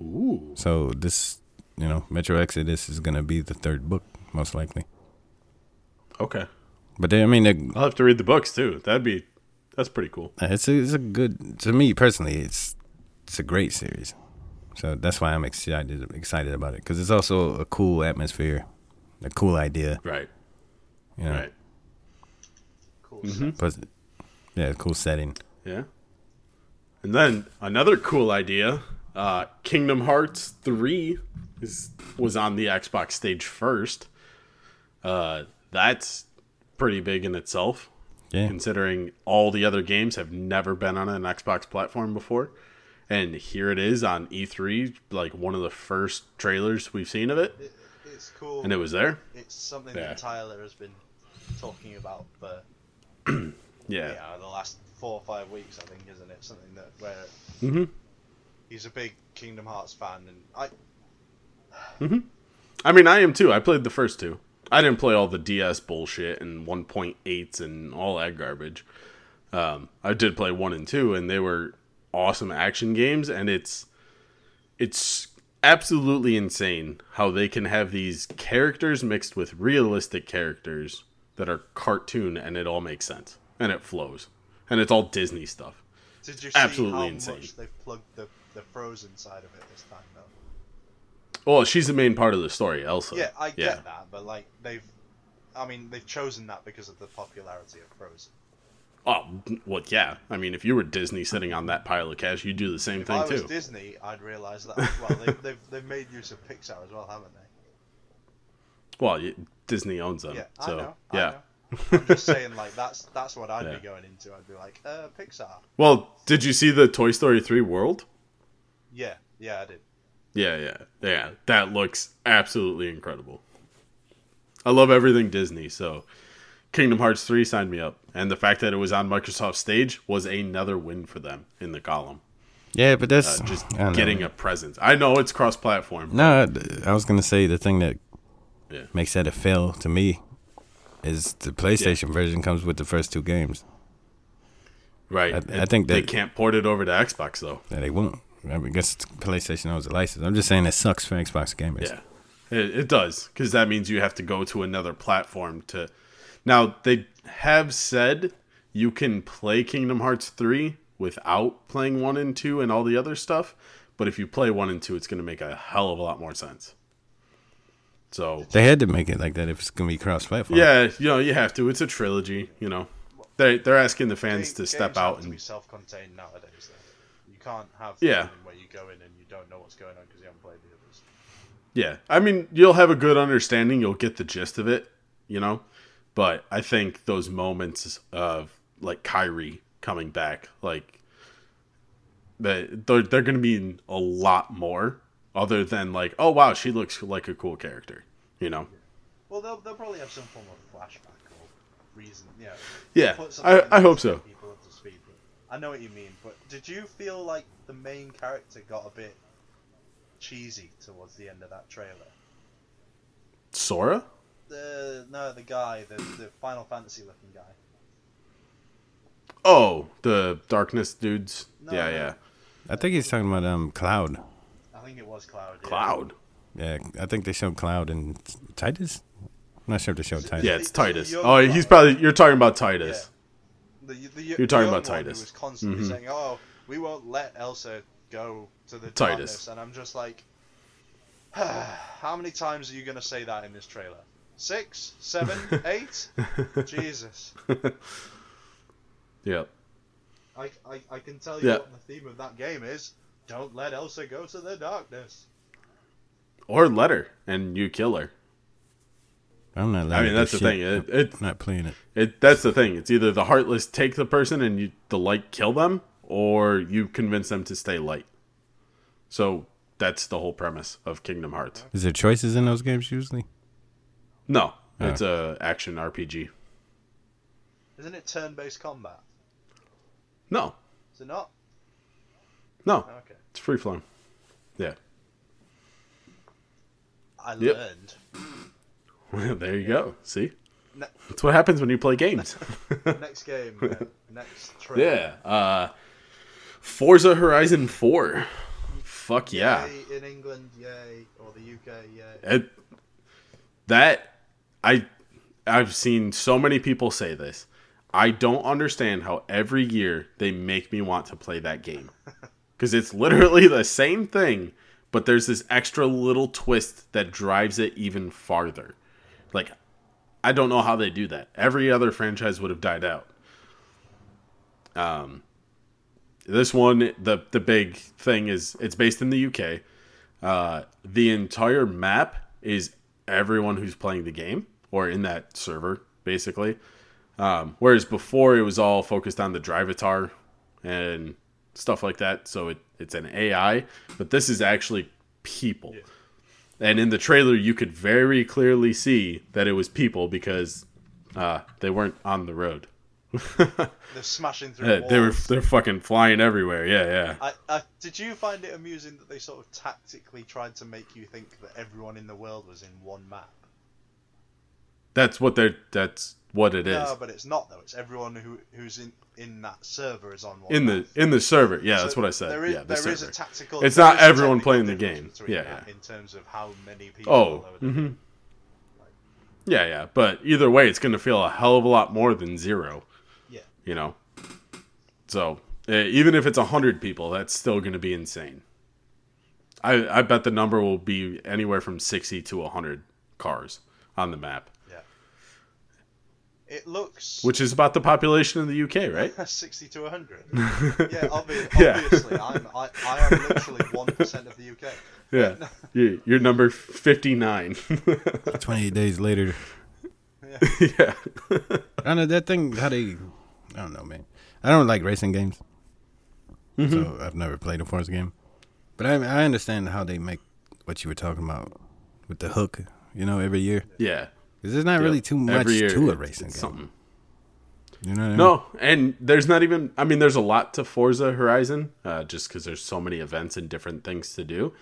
Ooh.
So this, you know, Metro Exodus is gonna be the third book most likely.
Okay.
But they, I mean, they're-
I'll have to read the books too. That'd be. That's pretty cool.
it's a, it's a good to me personally. It's it's a great series. So that's why I'm excited excited about it because it's also a cool atmosphere, a cool idea.
Right.
You know,
Right.
Cool.
plus, yeah, cool setting.
Yeah. And then another cool idea, uh, Kingdom Hearts 3 is was on the Xbox stage first. Uh, that's pretty big in itself,
Yeah,
considering all the other games have never been on an Xbox platform before. And here it is on E3, like one of the first trailers we've seen of it,
It, it's cool.
and it was there.
it's something
Yeah.
that Tyler has been talking about for
Yeah.
yeah. the last four or five weeks, I think, isn't it? Something that where
Mhm.
he's a big Kingdom Hearts fan, and I
I mean, I am too. I played the first two. I didn't play all the DS bullshit and 1.8s and all that garbage. Um, I did play one and two, and they were awesome action games. And it's it's absolutely insane how they can have these characters mixed with realistic characters that are cartoon, and it all makes sense and it flows, and it's all Disney stuff.
did you see
Absolutely
how
insane.
much they've plugged the the Frozen side of it this time though?
Well, she's the main part of the story, Elsa.
Yeah, I get that, but like they've, I mean, they've chosen that because of the popularity of Frozen.
Oh, well, yeah. I mean, if you were Disney sitting on that pile of cash, you'd do the same
if I
thing
was
too.
Disney, I'd realise that. Well, they've, they've they've made use of Pixar as well, haven't they?
well, you, Disney owns them,
Yeah,
so
I know.
yeah.
I know. I'm just saying, like that's that's what I'd
Yeah.
be going into. I'd be like, uh, Pixar.
Well, did you see the Toy Story three world?
Yeah, yeah, I did.
Yeah, yeah, yeah. That looks absolutely incredible. I love everything Disney, so Kingdom Hearts three signed me up, and the fact that it was on Microsoft stage was another win for them in the column.
yeah, but that's
Uh, just
I don't know,
getting
man.
a presence. I know it's cross platform.
No, th- I was gonna say the thing that
Yeah.
makes that a fail to me is the PlayStation version comes with the first two games.
Right.
I- I think
they
that-
can't port it over to Xbox though.
Yeah, they won't. I mean, I guess PlayStation owns the license. I'm just saying it sucks for Xbox gamers.
Yeah, it, it does because that means you have to go to another platform to. Now they have said you can play Kingdom Hearts three without playing one and two and all the other stuff, but if you play one and two, it's going to make a hell of a lot more sense. So
They had to make it like that if it's gonna be cross-platform.
yeah, you know you have to. It's a trilogy. You know, they they're asking the fans
Ga-
to
games
step
have
out
to be
and
self-contained nowadays. Though. You can't have
Yeah.
something where you go in and you don't know what's going on because you haven't played the others.
yeah. I mean, you'll have a good understanding. You'll get the gist of it. You know, but I think those moments of like Kyrie coming back, like that they're they're gonna mean a lot more. Other than like, oh wow, she looks like a cool character. You know.
Well, they'll, they'll probably have some form of flashback or reason. Yeah.
Yeah,
put something
I
in
I
there
hope
to get
so.
People up to speed. I know what you mean, but did you feel like the main character got a bit cheesy towards the end of that trailer?
Sora.
The no, the guy, the, the Final Fantasy looking guy.
Oh, the darkness dudes.
No,
yeah,
no.
yeah.
I think he's talking about um Cloud.
I think it was Cloud. yeah.
Cloud.
Yeah, I think they showed Cloud and Titus. I'm not sure if they showed Titus.
Yeah,
Is
it's
it the
Titus.
young
Oh, he's
guy?
probably you're talking about Titus.
The, the, You're
talking about Titus.
Who was constantly
Mhm.
saying, "Oh, we won't let Elsa go to the
Titus.
darkness," and I'm just like, "How many times are you gonna say that in this trailer? Six, seven, eight? Jesus!
Yeah.
I, I, I can tell you
Yeah.
what the theme of that game is. Don't let Elsa go to the darkness.
Or let her and you kill her.
I'm not.
I
allowed
mean,
to
that's the
do
thing. It,
shit.
it
I'm not playing it.
it that's the thing. It's either the heartless take the person and you the light kill them, or you convince them to stay light. So that's the whole premise of Kingdom Hearts.
Is there choices in those games usually?
No, it's a action RPG.
Isn't it turn-based combat?
No,
Is it not?
no,
Okay.
it's free flowing. Yeah,
I
Yep.
learned.
there you go. See,
Ne-
that's what happens when you play games.
next game. uh, next trailer.
Yeah. Uh Forza Horizon 4. Fuck yeah.
Yay, in England, yay, or the UK, yay.
It, that I I've seen so many people say this. I don't understand how every year they make me want to play that game. Cuz it's literally the same thing, but there's this extra little twist that drives it even farther. Like I don't know how they do that. Every other franchise would have died out. Um this one the the big thing is it's based in the UK. Uh, the entire map is everyone who's playing the game or in that server, basically. Um, whereas before it was all focused on the drivatar and stuff like that. So it, it's an AI, but this is actually people. And in the trailer, you could very clearly see that it was people because uh, they weren't on the road.
They're smashing through
Yeah,
walls.
they were they're fucking flying everywhere. Yeah, yeah.
I, I, did you find it amusing that they sort of tactically tried to make you think that everyone in the world was in one map?
That's what they're. That's what it is.
No, but it's not though. It's everyone who who's in in that server is on one.
in
map.
the in the server. Yeah,
So
that's what I said.
There is,
yeah, the
there
server.
is a tactical.
It's
there
not
is a
everyone
technical
playing the
difference
game.
between
Yeah,
that
yeah.
In terms of how many people.
oh,
are loaded.
hmm yeah, yeah. But either way, it's going to feel a hell of a lot more than zero.
Yeah.
You know, so uh, even if it's hundred people, that's still going to be insane. I I bet the number will be anywhere from sixty to hundred cars on the map,
It looks
which is about the population in the UK, right?
sixty to hundred. yeah, obvi-
Yeah.
obviously, I'm I, I am literally one percent of the UK.
Yeah, You- you're number fifty nine.
28 days later.
yeah.
I don't know that thing. How they? I don't know, man. I don't like racing games, so I've never played a Forza game. But I I understand how they make what you were talking about with the hook. You know, every year
Yeah.
because there's not really
Yep.
too much
Every year
to a
it's-
racing game.
it's Something.
You know what I mean?
No, and there's not even. I mean, there's a lot to Forza Horizon, uh, just because there's so many events and different things to do.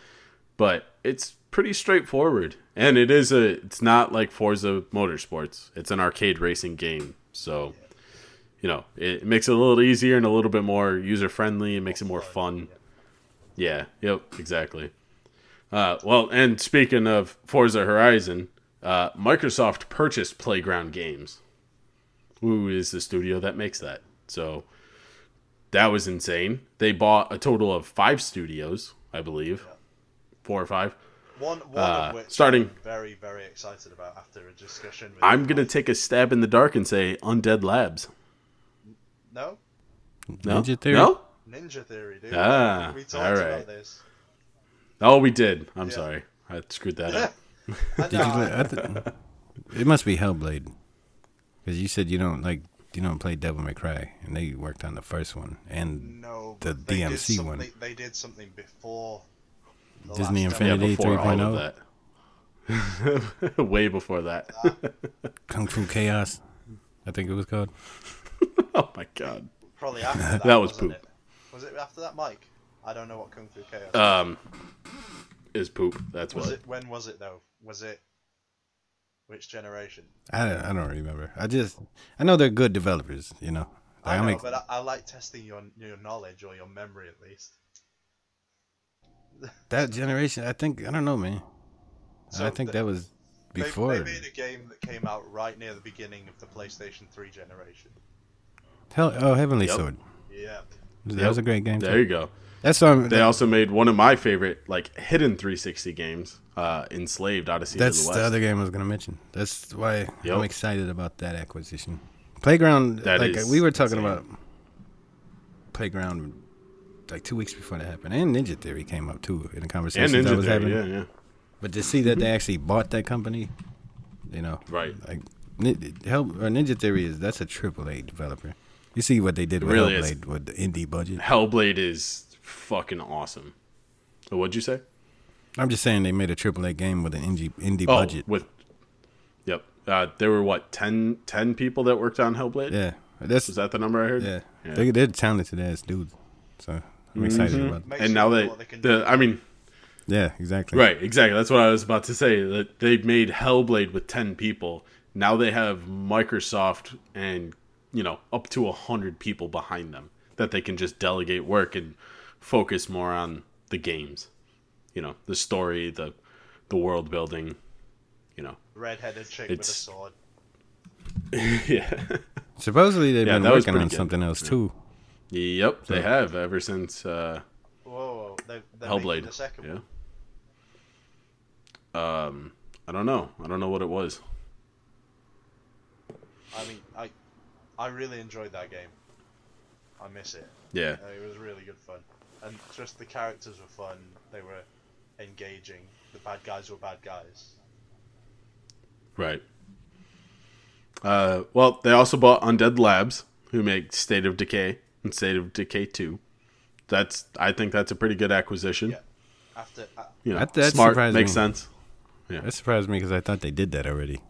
But it's pretty straightforward, and it is a. It's not like Forza Motorsports. It's an arcade racing game, so you know it makes it a little easier and a little bit more user friendly. It makes it more fun. Yeah. Yep. Exactly. Uh, well, and speaking of Forza Horizon, uh, Microsoft purchased Playground Games who is the studio that makes that. So that was insane. They bought a total of five studios, I believe, four or five. Um,
One, one
Uh,
of which
starting-
I'm very, very excited about after a discussion with
I'm gonna take a stab in the dark and say Undead Labs.
No?
No,
Ninja Theory?
no.
Ninja Theory, dude.
Ah,
we talked
all right.
about this.
Oh, we did. I'm
Yeah.
sorry, I screwed that up.
I
Did you?
know,
Like, I th- it must be Hellblade, because you said you don't like you don't play Devil May Cry, and they worked on the first one and
No,
The
but they did
DMC one.
something- They did something before the
Disney
last
Yeah,
Infinity.
episode.
before all
3.0?
of
oh?
that. Way before that.
Ah.
Kung Fu Chaos. I think it was called.
oh my god.
Probably after that.
That was
wasn't
poop.
It? Was it after that, Mike? I don't know what Kung Fu Chaos.
Um, is poop. That's
was
what.
it? When was it though? Was it? Which generation?
I don't, I don't remember. I just I know they're good developers. You know, Like,
I know,
I'm ex-
but I, I like testing your your knowledge or your memory at least.
that generation. I think I don't know, man. I think
they-
that was
they-
before.
they, made a game that came out right near the beginning of the PlayStation 3 generation.
Hell, oh, Heavenly
Yep.
Sword.
Yeah,
That
Yep.
was a great game.
There
Too.
you go.
That's what I'm,
They also made one of my favorite, like hidden 360 games, uh, Enslaved Odyssey
That's
to
uh, the,
the West.
other game I was gonna mention. That's why
Yep.
I'm excited about that acquisition. Playground,
That
like
is
we were talking
insane.
about, Playground, like two weeks before that happened, and Ninja Theory came up too in the
and
conversations I
Ninja
was
Theory.
having.
Yeah, yeah.
But to see that they actually bought that company, you know,
Mm-hmm. Right.
Like, Nin- help or Ninja Theory is that's a triple A developer. You see what they did with
really is.
Hellblade with the indie budget.
Hellblade is fucking awesome. What'd you say?
I'm just saying they made a triple A game with an indie indie
Oh,
budget.
with. Yep. Uh, there were what 10, 10 people that worked on Hellblade.
Yeah, that's
Was that the number I heard?
Yeah,
Yeah.
They, they're talented ass dudes. So I'm excited about that.
Makes
And
you
now
wonder
they,
what they can
the,
do.
I mean,
Yeah, exactly.
Right, exactly. That's what I was about to say. That they made Hellblade with ten people. Now they have Microsoft and you know up to hundred people behind them that they can just delegate work and focus more on the games. You know, the story, the the world building. You know,
redheaded chick with a
It's-
sword.
yeah,
Supposedly they've
Yeah,
been
that was
working
pretty
on
good.
something else too.
yep, they have ever since uh,
Whoa, whoa, they, they're making
Hellblade.
The second
yeah.
one.
Um, I don't know. I don't know what it was.
I mean, I, I really enjoyed that game. I miss it.
Yeah,
Uh, It was really good fun, and just the characters were fun. They were engaging. The bad guys were bad guys.
Right. Uh, well, they also bought Undead Labs, who make State of Decay and State of Decay Two. That's I think that's a pretty good acquisition.
Yeah. After uh,
You know,
That- that
smart
surprised
makes
me.
sense.
That surprised me because I thought they did that already.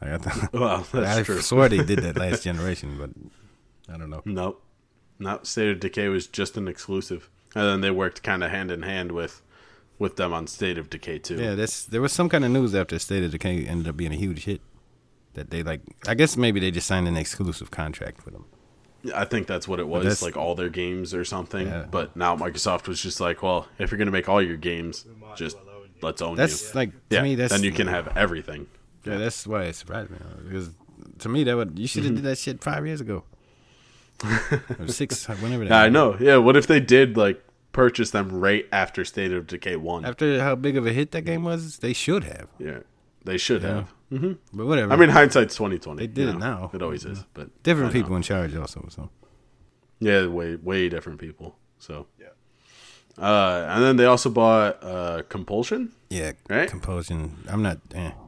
Like, I thought
Well, Oh, that's
I
true.
swore they did that last generation, but I don't know.
No, not State of Decay was just an exclusive, and then they worked kind of hand in hand with with them on State of Decay Two.
Yeah, that's there was some kind of news after State of Decay ended up being a huge hit. That they like, I guess maybe they just signed an exclusive contract with them.
I think that's what it was,
that's-
like all their games or something.
Yeah.
But now Microsoft was just like, well, if you're gonna make all your games,
might as
just
well own you.
let's own you.
That's like to
yeah,
me, that's
then you can have everything.
Yeah, that's why it surprised me. Because to me, that would you should
Mm-hmm.
have did that shit five years ago, or six, whenever. That
Yeah, I
happened.
know. Yeah, what if they did like purchase them right after State of Decay One?
After how big of a hit that game was, they should have.
yeah, they should have.
But whatever.
I mean, hindsight's twenty twenty.
They did it now.
It always is, but
different
I know.
people in charge also. So
Yeah, way way different people. So
yeah,
uh, and then they also bought uh, Compulsion.
yeah,
Right.
compulsion. I'm not. Eh.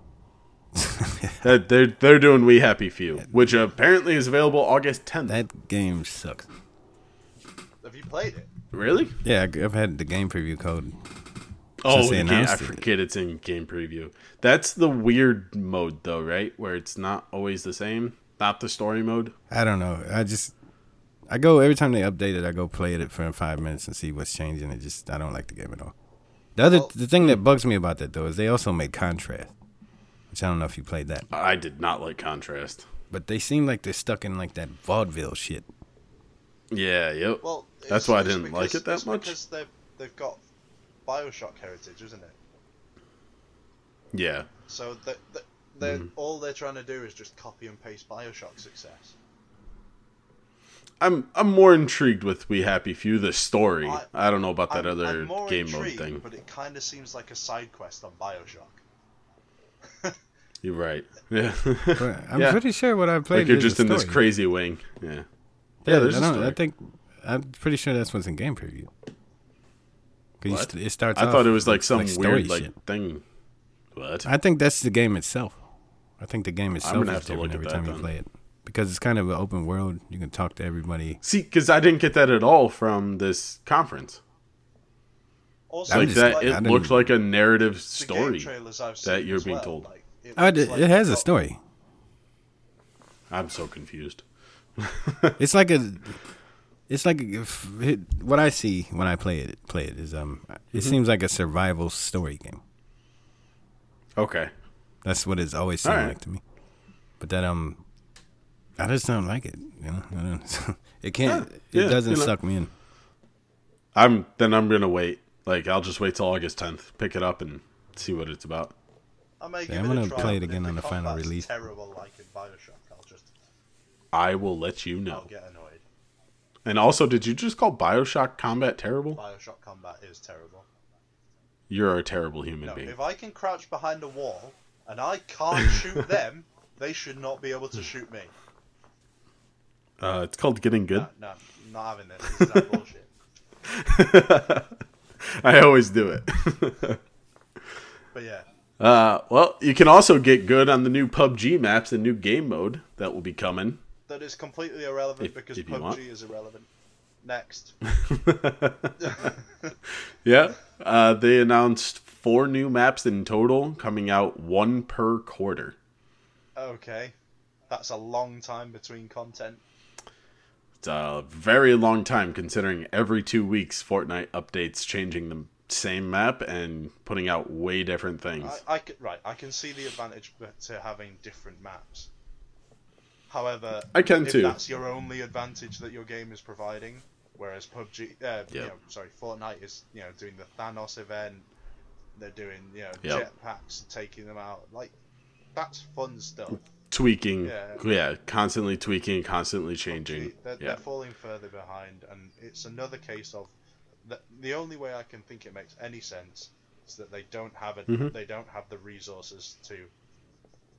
That they're they're doing We Happy Few, which apparently is available August tenth.
that game sucks.
have you played it?
really?
Yeah, I- I've had the game preview code.
Oh,
Since they
in game,
announced
I
it.
forget it's in game preview. That's the weird mode though, right? Where it's not always the same. Not the story mode.
I don't know. I just. I go every time they update it. I go play it for five minutes and see what's changing. It just I don't like the game at all. The other
Well-
the thing that bugs me about that though is they also made contrast, which I don't know if you played that.
I did not like contrast.
But they seem like they're stuck in like that vaudeville shit.
Yeah, yep.
Well, it's-
That's why I
it's
didn't like
because-
it that
it's
much.
Because they've they've got Bioshock heritage, isn't it?
yeah.
So that that
Mm.
they're all they're trying to do is just copy and paste Bioshock success.
I'm I'm more intrigued with We Happy Few the story.
I-
I, don't know about that
I'm-
other
I'm more
game mode
intrigued,
thing.
But it kind of seems like a side quest on Bioshock.
You're right. Yeah.
But I'm
Yeah.
pretty sure what I played.
like you're
is
just
the
in this
story.
crazy wing. Yeah.
Yeah,
Yeah, there's
I,
a
don't-
story.
I think I'm pretty sure that's what's in game preview. 'Cause you
What?
st- it starts.
I
off
thought it was like
with,
some
story
weird like
shit.
thing. What?
I think that's the game itself. I think the game itself
gonna have
is
to look at
different every
that
time you
then.
play it because it's kind of an open world. You can talk to everybody.
See, because I didn't get that at all from this conference.
Also,
I'm
Like
just-
that,
I
it
didn't-
looked like a narrative
the
story.
game trailers I've
that
seen
you're
as
being
well,
told.
like,
Oh, it,
looks like
it has a
got-
story.
I'm so confused.
It's like a. It's like if it, what I see when I play it. Play it is um.
Mm-hmm.
It seems like a survival story game.
Okay.
That's what it's always seemed
Alright.
like to me. But that um, I just don't like it. You know, I don't, it can't.
Yeah,
it
yeah,
doesn't
you know.
suck me in.
I'm then I'm gonna wait. Like I'll just wait till August 10th, pick it up and see what it's about.
I may
Yeah, I'm
give it a
gonna
try,
play it
but if
again on the final
combat's
release.
Terrible, like in Bioshock. I'll just
I will let you know.
I'll get annoyed.
And also, did you just call Bioshock Combat terrible?
Bioshock combat is terrible.
You're a terrible human
No,
being.
if I can crouch behind a wall and I can't shoot them, they should not be able
Hmm.
to shoot me.
Uh, it's called Getting Good.
No, no, I'm not having this. This is that bullshit.
I always do it.
But yeah,
uh, well, you can also get good on the new PUBG maps and new game mode that will be coming.
that is completely irrelevant
If-
because
if you
PUBG
want.
is irrelevant. Next,
Yeah, uh, they announced four new maps in total, coming out one per quarter.
okay, that's a long time between content.
It's a very long time considering every two weeks Fortnite updates changing the same map and putting out way different things.
I, I c- right, I can see the advantage b- to having different maps. However,
I can
if
too.
That's your only advantage that your game is providing, whereas PUBG, uh, you
Yep.
know, sorry, Fortnite is you know doing the Thanos event. They're doing you know
Yep.
jetpacks and taking them out. Like that's fun stuff.
tweaking,
Yeah.
yeah. constantly tweaking, constantly changing.
They're,
yeah.
they're falling further behind, and it's another case of the, the only way I can think it makes any sense is that they don't have it.
Mm-hmm.
They don't have the resources to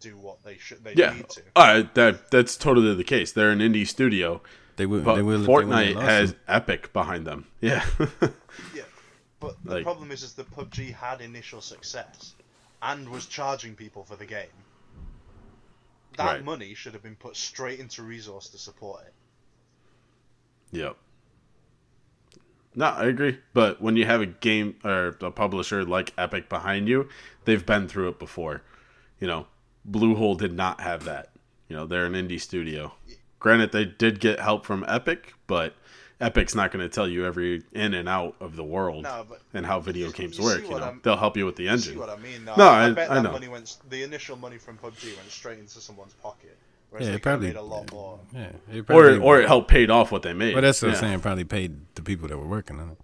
do what they should. They
Yeah,
need to.
uh, that that's totally the case. They're an indie studio,
They will.
but
they will. they
Fortnite
will
has Epic behind them. Yeah,
Yeah, but the
Like-
problem is, is that PUBG had initial success and was charging people for the game. That
Right.
money should have been put straight into resource to support it.
yep. No, I agree. But when you have a game or a publisher like Epic behind you, they've been through it before. You know, Bluehole did not have that. You know, they're an indie studio. Granted, they did get help from Epic, but Epic's not going to tell you every in and out of the world.
No, but
and how video games
you see
work. You
what
know,
I'm-
they'll help you with the
See
engine.
what I mean? No,
No,
I,
I-
bet
I
that
know.
money went. s- The initial money from PUBG went straight into someone's pocket. Whereas
Yeah,
they
it
probably made a
probably.
lot more.
Yeah, it
Or
probably-
or it helped paid off what they made.
Well, that's what
Yeah.
I'm saying. Probably paid the people that were working on it.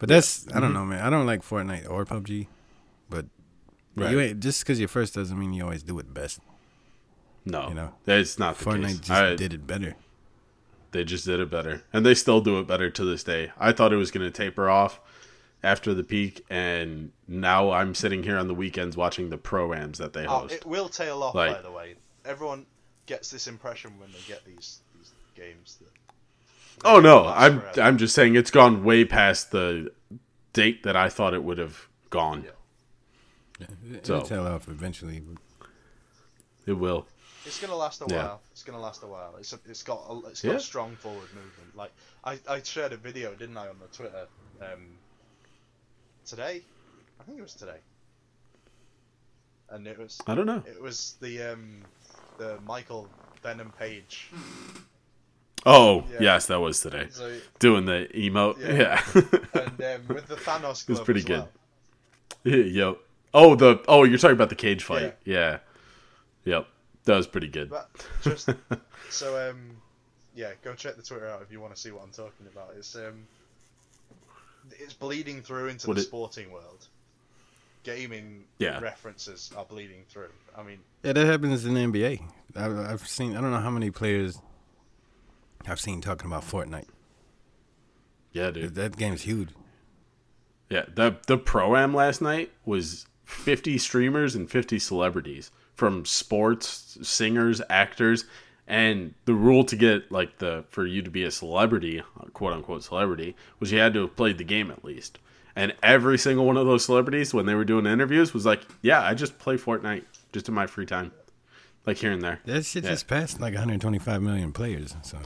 But that's I
Mm-hmm.
don't know, man. I don't like Fortnite or PUBG, but
Right.
you ain't just because you're first doesn't mean you always do it best.
No,
you know.
it's not the
Fortnite
case.
just
I-
did it better.
They just did it better, and they still do it better to this day. I thought it was going to taper off after the peak, and now I'm sitting here on the weekends watching the proams that they
Oh,
host.
it will tail off, by
Like-
the way. Everyone gets this impression when they get these, these games that
oh no,
last
I'm
forever.
I'm just saying it's gone way past the date that I thought it would have gone.
Yeah.
So-
It'll tail off eventually.
It will.
It's gonna last a
Yeah.
while. It's gonna last a while. It's it's got a, it's got
Yeah.
strong forward movement. Like I, I shared a video, didn't I, on the Twitter um, today? I think it was today. And it was
I don't know.
it was the um, the Michael Venom page.
Oh
Yeah.
yes, that was today.
So
Doing the emote.
Yeah.
yeah.
and um, with the Thanos glove.
was pretty
as
good.
well.
Yeah, Yep. Oh, the oh, you're talking about the cage fight. Yeah. Yep. That was pretty good.
But just so um, yeah, go check the Twitter out if you want to see what I'm talking about. It's um, it's bleeding through into
Would
the
it-
sporting world. Gaming
Yeah.
references are bleeding through. I mean,
Yeah, that happens in the NBA. I, I've seen. I don't know how many players I've seen talking about Fortnite.
Yeah, dude.
That game's huge.
Yeah, the the pro am last night was 50 streamers and 50 celebrities from sports, singers, actors, and the rule to get like the for you to be a celebrity, quote unquote celebrity, was you had to have played the game at least. And every single one of those celebrities when they were doing interviews was like, "Yeah, I just play Fortnite just in my free time." Like here and there.
That shit
Yeah.
just passed like 125 million players. So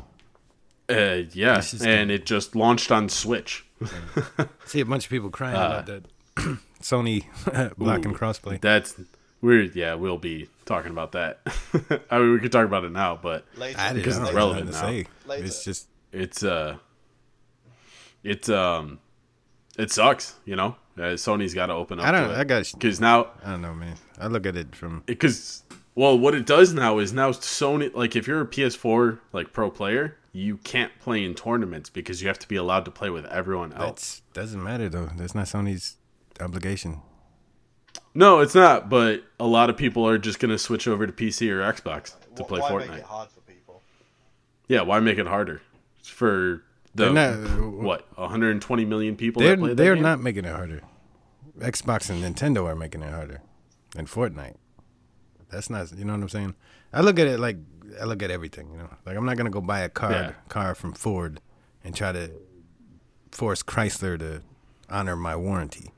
Uh, yeah,
This is
and it just launched on Switch.
see a bunch of people crying about that Sony blocking
Uh. Ooh.
crossplay.
That's we're yeah, we'll be talking about that. I mean, we could talk about it now, but
Later.
I didn't
Because
know
it's
there's
relevant
nothing to
now.
say.
Later.
It's just
it's uh it's um it sucks you know uh, sony's got to open up
I don't.
to
I
it
got.
because now
I don't know, man. I look at it from
because well what it does now is now sony like if you're a ps4 like pro player you can't play in tournaments because you have to be allowed to play with everyone else
that's doesn't matter though. That's not Sony's obligation.
no it's not but a lot of people are just going to switch over to pc or xbox to
Wh-
play
why
fortnite
make it hard for people?
yeah why make it harder It's for the
They're not- uh,
what 120 million people
They're
that play that
they're
game?
not making it harder. Xbox and Nintendo are making it harder, and Fortnite. That's not. You know what I'm saying? I look at it like I look at everything. You know, like I'm not gonna go buy a card
Yeah.
car from Ford and try to force Chrysler to honor my warranty.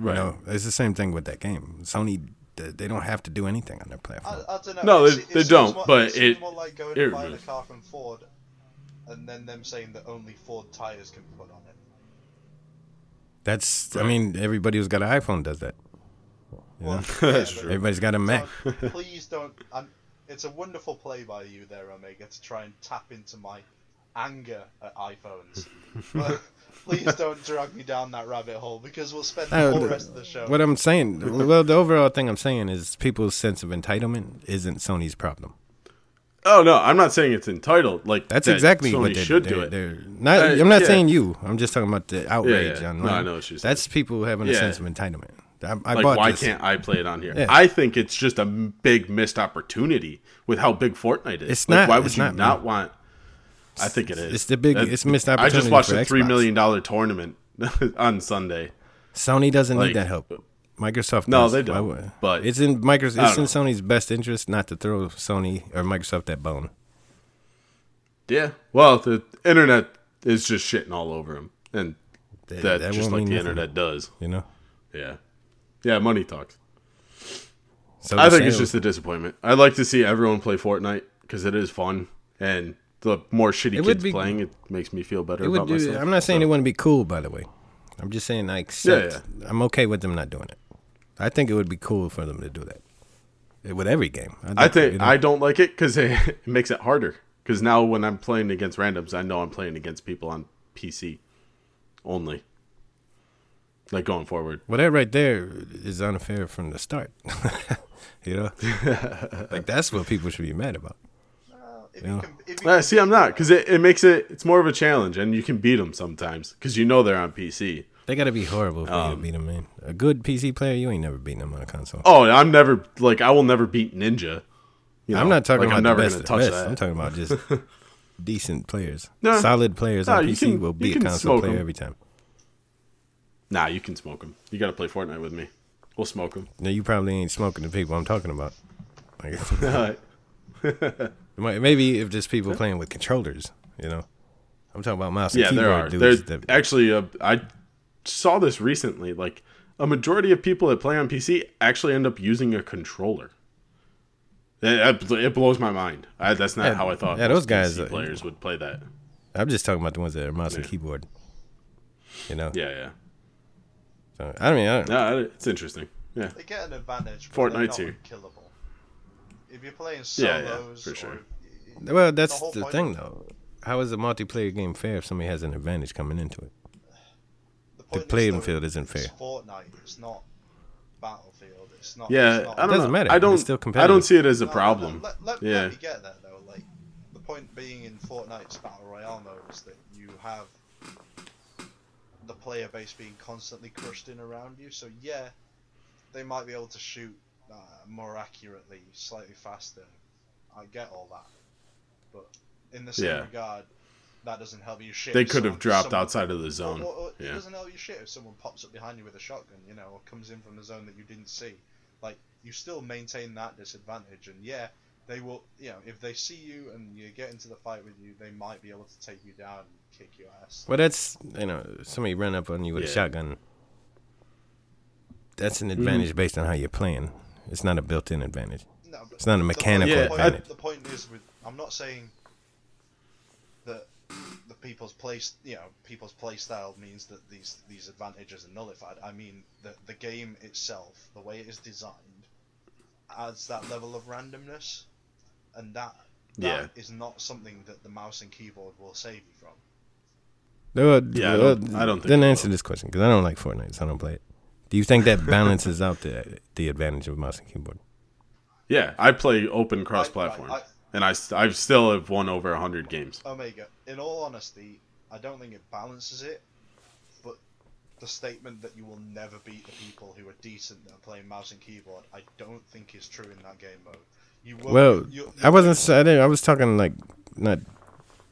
right
You know, it's the same thing with that game. Sony, they they don't have to do anything on their
I,
platform.
I don't know.
No,
it
they-
se- it
they
seems
don't,
More,
but
it, seems
it-
more like going
it
and buying a
really-
car from Ford, and then them saying that only Ford tires can be put on it.
That's. I mean, everybody who's got an iPhone does that.
Well,
That's
but-
true.
Everybody's got a Mac.
Don't- please don't. I'm, it's a wonderful play by you there, Omega, to try and tap into my anger at iPhones. But please don't drag me down that rabbit hole because we'll spend the
No,
whole
the-
rest of the show.
Uh, What I'm saying, well, the overall thing I'm saying is people's sense of entitlement isn't Sony's problem.
Oh no, I'm not saying it's entitled. Like
That's
that
exactly
Sony
what they
should
they're,
do. It.
They're not,
Uh,
I'm not
yeah.
saying you. I'm just talking about the outrage
yeah.
online.
No, I know what you're saying.
That's people having a
Yeah.
sense of entitlement. I, I
like
bought
why
this.
can't I play it on here?
Yeah.
I think it's just a m- big missed opportunity with how big Fortnite is.
It's
Like,
not-
Why would
it's
you
not,
not,
man.
want? I think it is.
it's the big-
That-
it's missed
I
opportunity
just watched
for
a three
Xbox.
million dollar tournament on Sunday.
Sony doesn't
Like-
need that help. Microsoft.
No,
does.
they
Why
don't,
would-
but-
it's in Microsoft. It's
don't
in Sony's best interest not to throw Sony or Microsoft that bone.
Yeah. Well, the internet is just shitting all over them, and
That,
that,
that
just
won't
like
mean
the
nothing,
internet does.
you know.
Yeah. Yeah. Money talks.
So
I
the
think it's
sales-
just a disappointment. I'd like to see everyone play Fortnite because it is fun, and the more shitty
It would
kids
be-
playing, it makes me feel better
It would
about
do,
myself.
I'm not saying
So-
it wouldn't be cool, by the way. I'm just saying I accept. I'm okay with them not doing it. I think it would be cool for them to do that Eh, with every game.
I think
you know,
I don't like it because it, it makes it harder. Because now when I'm playing against randoms, I know I'm playing against people on PC only. Like going forward,
well, that right there is unfair from the start. you know, like that's what people should be mad about.
if
yeah.
you can, if you
Uh,
can
see, I'm not because it, it makes it it's more of a challenge, and you can beat them sometimes because you know they're on PC.
They got to be horrible for you to beat them, man. A good PC player, you ain't never beating them on a console.
Um, Oh, I'm never like I will never beat Ninja. You
I'm
know,
not
like,
talking about
I'm never
the best,
gonna
of
touch
the best.
that.
I'm talking about just decent players,
No.
solid players
No,
on
you
PC
can-
will
you
beat a
can
console
smoke
player
'em.
every time.
Nah, you can smoke them. You got to play Fortnite with me. We'll smoke them.
No, you probably ain't smoking the people I'm talking about. Like, might- maybe if there's people playing with controllers, you know. I'm talking about mouse and
yeah,
keyboard
there are. There's
dudes. that-
actually uh, I saw this recently. Like a majority of people that play on PC actually end up using a controller. It, it- it blows my mind. I, that's not
Yeah,
how I thought.
yeah, those
most
guys,
PC
uh,
players would play that.
I'm just talking about the ones that are mouse and
Yeah.
keyboard. You know.
Yeah, yeah.
So, I mean, I don't,
No, it's interesting. Yeah,
They get an advantage. But they're
Fortnite's
not
here.
Killable. If you're playing
Yeah, yeah,
solos,
for sure.
or
well, that's
whole
the,
point
thing though. How is a multiplayer game fair if somebody has an advantage coming into it?
the, point is
playing
though,
field isn't
it's
fair.
Fortnite. It's not Battlefield. It's not. It's
yeah.
not
I don't
Doesn't
know.
matter.
I don't.
It's still
I don't
competitive.
see it as a
No, no, no,
problem.
Let, let,
yeah.
let me get there though. Like the point being in Fortnite's battle royale mode is that you have the player base being constantly crushed in around you. So yeah, they might be able to shoot uh, more accurately, slightly faster. I get all that, but in the same
Yeah.
regard, that doesn't help you shit.
They
if
could have
someone-
dropped
someone-
outside of the zone.
Or, or, It
yeah.
doesn't help you shit if someone pops up behind you with a shotgun, you know, or comes in from the zone that you didn't see. Like you still maintain that disadvantage, and yeah, they will. You know, if they see you and you get into the fight with you, they might be able to take you down and kick your ass.
Well, that's you know somebody run up on you with a
Yeah. Mm-hmm.
shotgun. That's an advantage based on how you're playing. It's not a built-in advantage.
No, but
It's not a
the
mechanical
Point,
Yeah,
the, point,
advantage.
the point is, with I'm not saying that the people's place, you know, people's play style means that these these advantages are nullified. I mean that the game itself, the way it is designed, adds that level of randomness, and that that is
Yeah.
not something that the mouse and keyboard will save you from.
Uh,
Yeah, I
uh,
don't- I don't think
Then
so.
answer this question because I don't like Fortnite, so I don't play it. Do you think that balances out the the advantage of mouse and keyboard?
Yeah, I play open
I-
cross platform,
I- I-
and I st- I've still have won over hundred games.
Omega, in all honesty, I don't think it balances it, but the statement that you will never beat the people who are decent that are playing mouse and keyboard, I don't think is true in that game mode. You won't,
Well,
you-
I wasn't. s- I didn't. I was talking like not.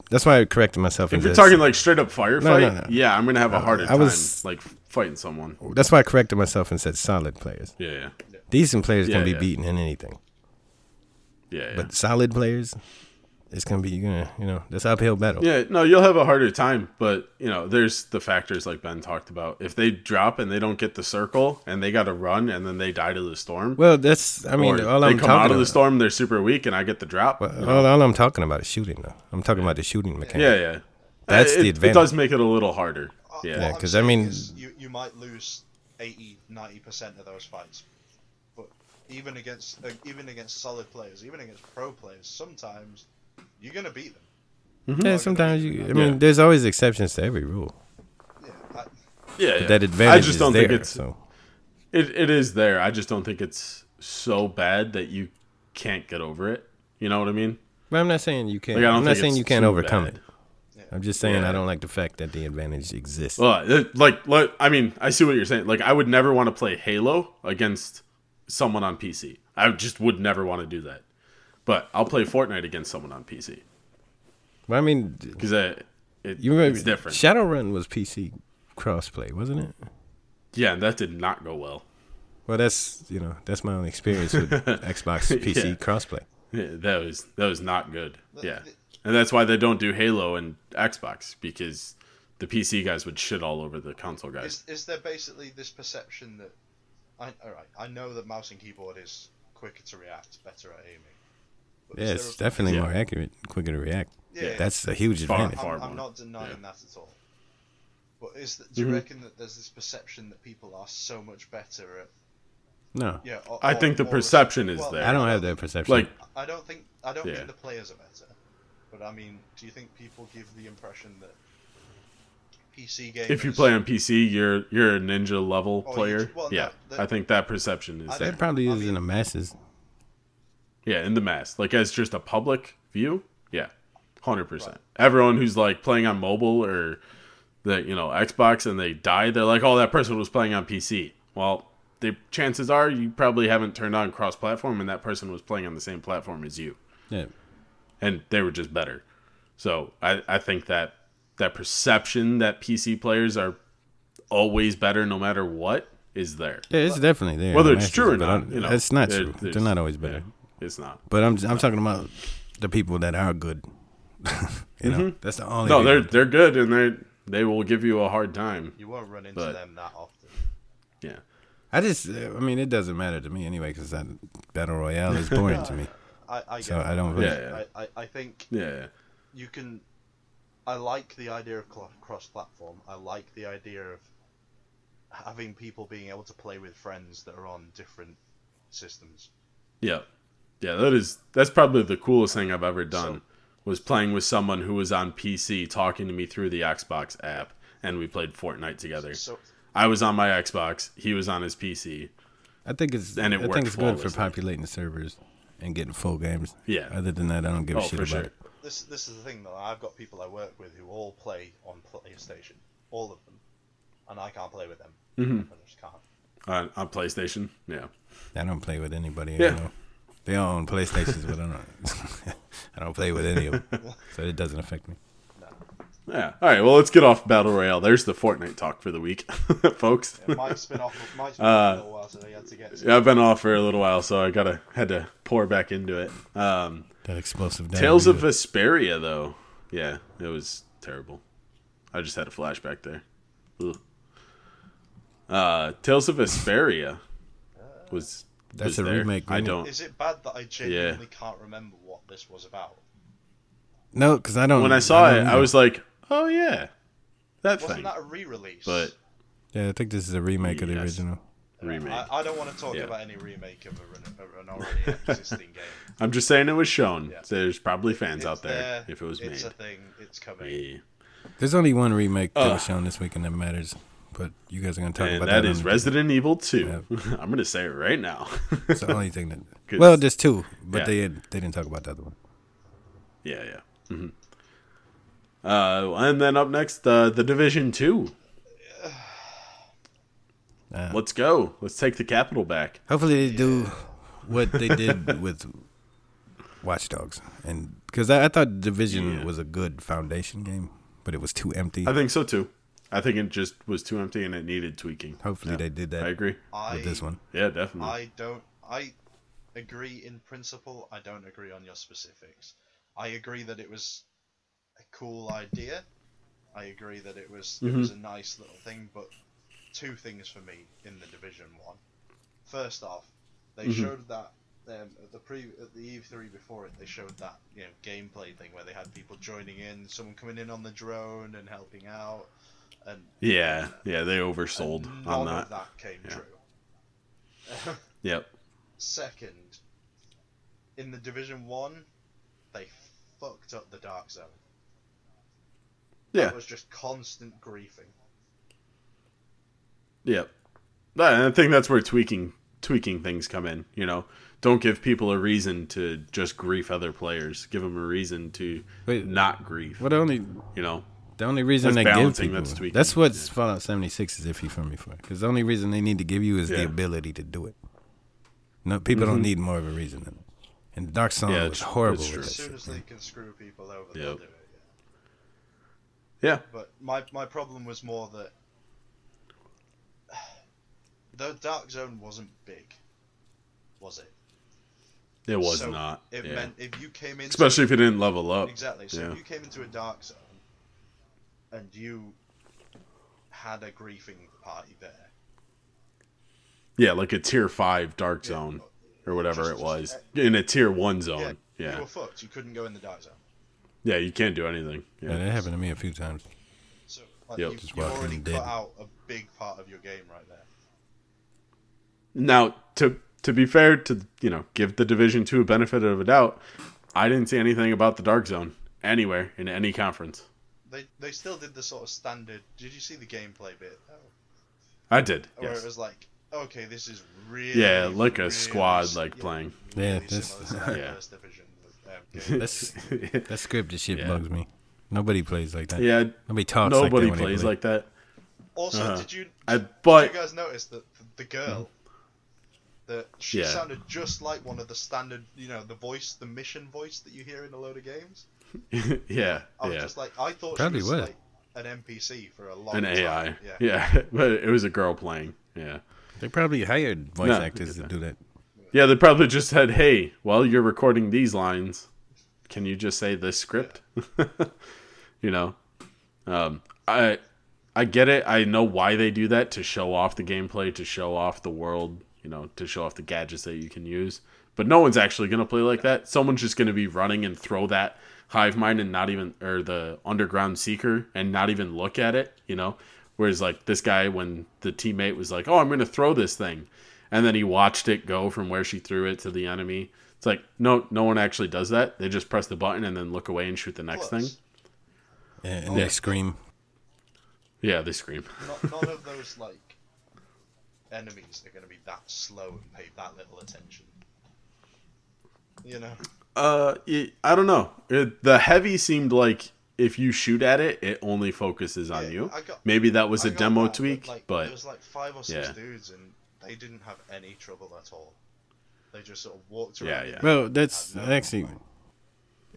That's why I corrected myself.
If
and
you're
just-
talking like straight up firefight,
no.
yeah, I'm gonna have a harder
I was-
time like fighting someone.
that's why I corrected myself and said solid players.
Yeah, yeah,
Decent players can
Yeah,
be
yeah.
beaten in anything,
yeah. yeah.
but solid players, it's gonna be you gonna you know that's uphill battle.
Yeah, no, you'll have a harder time, but you know, there's the factors like Ben talked about. If they drop and they don't get the circle and they got to run and then they die to the storm,
Well, that's I mean
or
all
they
I'm
come
talking
out of the
about.
storm, they're super weak, and I get the drop. you know?
all, all I'm talking about is shooting though. I'm talking about the shooting mechanic.
yeah, yeah,
That's
it,
the
It does make it a little harder.
uh,
Yeah,
what I'm
'cause I
saying
mean-
is you, you might lose 80 90% of those fights. But even against uh, even against solid players, even against pro players, sometimes you're going to beat them.
Yeah, sometimes you. I mean,
Yeah.
there's always exceptions to every rule.
Yeah, I,
yeah, yeah.
That advantage
I just don't
is there.
think it's
so
it, it is there. I just don't think it's so bad that you can't get over it. You know what I mean?
But I'm not saying you can't.
Like, I don't
I'm not
think
saying
it's
you can't
too
overcome
bad.
it. I'm just saying
Yeah.
I don't like the fact that the advantage exists.
Well, it- like, like, I mean, I see what you're saying. Like, I would never want to play Halo against someone on PC. I just would never want to do that. But I'll play Fortnite against someone on PC
But I mean,
because it,
you remember
it's different.
Shadowrun was PC crossplay, wasn't it?
yeah, and that did not go well.
Well, that's you know that's my own experience with Xbox PC
Yeah.
crossplay.
Yeah, that was that was not good. Yeah, and that's why they don't do Halo and Xbox because the PC guys would shit all over the console guys.
is, is there basically this perception that I all right, I know that mouse and keyboard is quicker to react, better at aiming. But is
Yeah, it's
there a-
definitely
Yeah.
more accurate, quicker to react.
Yeah.
that's a huge
Far-
advantage.
far-
I'm,
more.
I'm not denying
Yeah.
that at all. But is that, do you
Mhm.
reckon that there's this perception that people are so much better at?
No,
Yeah, or,
I
or-
think the
or-
perception is
well,
there.
I don't have that perception.
Like,
I don't think I don't
Yeah.
think the players are better. But I mean, do you think people give the impression that PC gamers?
if you play on PC, you're you're a ninja level
Oh, you-
player.
well, no,
yeah,
that-
I think that perception is
I
there.
that probably
I
is in
mean-
the masses.
Yeah, in the mass, like as just a public view. Yeah, hundred percent. Everyone who's like playing on mobile or the you know Xbox and they die, they're like, oh, that person was playing on PC. Well, the chances are you probably haven't turned on cross-platform, and that person was playing on the same platform as you,
Yeah,
and they were just better. So I I think that that perception that PC players are always better no matter what is there.
yeah, it's definitely there. in
Whether
the
it's
masses,
true or
but
not,
I-
you know,
it's not
there-
true. They're
there's-
not always better.
yeah, it's not.
But I'm I'm talking about the people that are good. you know, that's the only.
Mm-hmm. No,
people.
they're they're good, and they they will give you a hard time.
You won't run into
But-
them that often.
Yeah,
I just, uh, I mean, it doesn't matter to me anyway because that battle royale is boring to me.
I, I get
So
it.
I don't. Really,
Yeah.
I, I, I think
yeah,
you can. I like the idea of cl- cross-platform. I like the idea of having people being able to play with friends that are on different systems.
yeah, yeah. That is that's probably the coolest thing I've ever done was playing with someone who was on PC talking to me through the Xbox app, and we played Fortnite together.
So
I was on my Xbox, he was on his PC.
I think it's.
And it
I
worked
think it's good for
flawlessly.
populating servers and getting full games.
Yeah.
Other than that, I don't give a
Oh,
shit
for
about
sure.
it.
this this is the thing though. I've got people I work with who all play on PlayStation, all of them, and I can't play with them.
Mm-hmm.
I just can't.
On, on PlayStation, yeah,
I don't play with anybody.
Yeah.
You know? They all own PlayStations, but I don't. I I don't play with any of them, so it doesn't affect me.
Yeah. All right. Well, let's get off battle royale. There's the Fortnite talk for the week, folks.
Yeah, Mike's been off. Mike's been off for a little while, so he had to get.
Uh, Yeah, I've been off for a little while, so I gotta had to pour back into it. Um,
That explosive.
Tales of
diarrhea.
Vesperia, though. Yeah, it was terrible. I just had a flashback there. Ugh. Uh, Tales of Vesperia was.
That's
was
a
there.
remake,
I
isn't it?
don't.
Is it bad that I genuinely can't remember what this was about?
no, because I don't.
When I saw
don't
it, I
either.
was like, "Oh yeah, that
Wasn't
thing."
that a re-release?
But
Yeah, I think this is a remake of the
Yes.
original.
remake.
I, I don't want to talk
Yeah.
about any remake of a, re- an already existing game.
I'm just saying it was shown.
Yeah.
So there's probably fans
It's uh,
out there, if it was
it's
made.
a thing. It's coming.
Yeah.
There's only one remake that was
Ugh.
shown this weekend that matters, but you guys are gonna talk
And
about
that
on
is
the-
Resident Evil 2. I'm going to say it right now.
It's the only thing that.
'Cause-
well, there's two, but
Yeah.
they they didn't talk about the other one.
Yeah, yeah. hmm Uh, and then up next, uh, the Division Two.
Uh,
Let's go. Let's take the capital back.
Hopefully, they do what they did with Watch Dogs, and because I, I thought Division
Yeah.
was a good foundation game, but it was too empty.
I think so too. I think it just was too empty and it needed tweaking.
Hopefully,
Yeah,
they did that
I agree.
I,
with this one.
Yeah, definitely.
I don't. I agree in principle. I don't agree on your specifics. I agree that it was a cool idea. I agree that it was it
Mm-hmm.
was a nice little thing. But two things for me in the division one. First off, they
Mm-hmm.
showed that um, at the pre at the E three before it, they showed that you know gameplay thing where they had people joining in, someone coming in on the drone and helping out, and
Yeah, yeah, they oversold
none
on
of
that.
that came true.
Yep.
Second, in the Division One, they fucked up the Dark Zone.
Yeah.
It was just constant griefing.
Yep. That- and I think that's where tweaking tweaking things come in. You know, don't give people a reason to just grief other players. Give them a reason to
Wait.
not grief.
Well, the only
You know.
the only reason
That's
they give
balancing,
people
that's
that's,
tweaking.
what Fallout 76 is iffy for me for. Because the only reason they need to give you is the
Yeah. Mm-hmm.
ability to do it. No, people don't need more of a reason than that. And Dark Song
Yeah,
was
it's-
horrible
it's
with
true.
that
As soon
shit.
as they can screw people over,
Yep.
they'll do it. Yeah.
Yeah.
But my my problem was more that the Dark Zone wasn't big, was it?
It was
So
not.
It
yeah.
meant if you came in,
Especially if you didn't level up.
Exactly. So
Yeah.
if you came into a dark zone and you had a griefing party there.
Yeah, like a tier five dark zone or whatever
Just-
it
just-
was. In a tier one zone.
You
Yeah. Yeah,
were fucked. You couldn't go in the dark zone.
you can't do anything.
Yeah,
Yeah.
that happened to me a few times.
So like,
Yep.
you,
Just
you've
walking
already
dead.
cut out a big part of your game right there.
Now to to be fair, to you know, give the division two a benefit of a doubt, I didn't see anything about the dark zone anywhere in any conference.
They they still did the sort of standard. Did you see the gameplay bit? though?
I did.
Where it
Yes.
was like, okay, this is really
Yeah, like a
really
squad
s-
like
yeah,
playing.
Yeah,
really
this-
similar to that
Yeah.
first division. um, game.
That's, that scripted shit bugs me. Nobody plays like that.
yeah.
Nobody talks like that.
Nobody
when they
plays
play.
like that.
Also,
Uh-huh.
did you
I
Did
but
you guys notice that th- the girl, that she
Mm-hmm. Yeah.
sounded just like one of the standard, you know, the voice, the mission voice that you hear in a load of games.
yeah.
I was
yeah.
just like, I thought
Probably
she was
would.
like an NPC for a long
An
time.
AI.
Yeah.
yeah. But it was a girl playing. Yeah.
They probably hired voice
No,
actors to
yeah.
do that.
Yeah, they probably just said, "Hey, while you're recording these lines, can you just say this script?" you know, um, I I get it. I know why they do that to show off the gameplay, to show off the world, you know, to show off the gadgets that you can use. But no one's actually gonna play like that. Someone's just gonna be running and throw that hive mind and not even or the underground seeker and not even look at it. You know, whereas like this guy, when the teammate was like, "Oh, I'm gonna throw this thing," and then he watched it go from where she threw it to the enemy. It's like no, no one actually does that. They just press the button and then look away and shoot the next
Plus,
thing.
uh, And, and they scream.
Yeah, they scream.
no- none of those like enemies are going to be that slow and pay that little attention. You know,
Uh, it, I don't know. It, the heavy seemed like if you shoot at it, it only focuses on
Yeah,
you.
I got-
Maybe that was
a
a demo tweak,
like,
but
there was like five or six
yeah.
dudes, and they didn't have any trouble at all. They just sort of walked around.
Yeah,
and
yeah.
Well, that's actually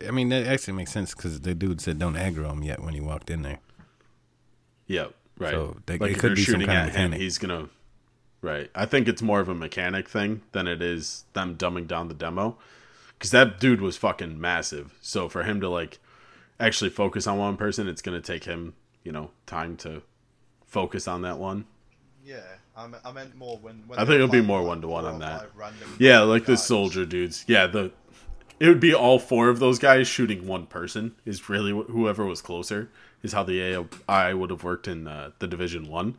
I mean, that actually makes sense because the dude said don't aggro him yet when he walked in there.
Yeah, right.
So they-
like
it
if
could
you're
be some
shooting
kind of
at him,
mechanic.
he's gonna. Right. I think it's more of a mechanic thing than it is them dumbing down the demo, because that dude was fucking massive. So for him to like actually focus on one person, it's gonna take him, you know, time to focus on that one.
Yeah, I, me- I meant more when. when
I
they
think it'll be
fight,
more
like,
one-to-one
four
on
or
that.
five random
Yeah, like the
guys.
soldier dudes. Yeah, the it would be all four of those guys shooting one person is really wh- whoever was closer is how the AI would have worked in uh, the Division One.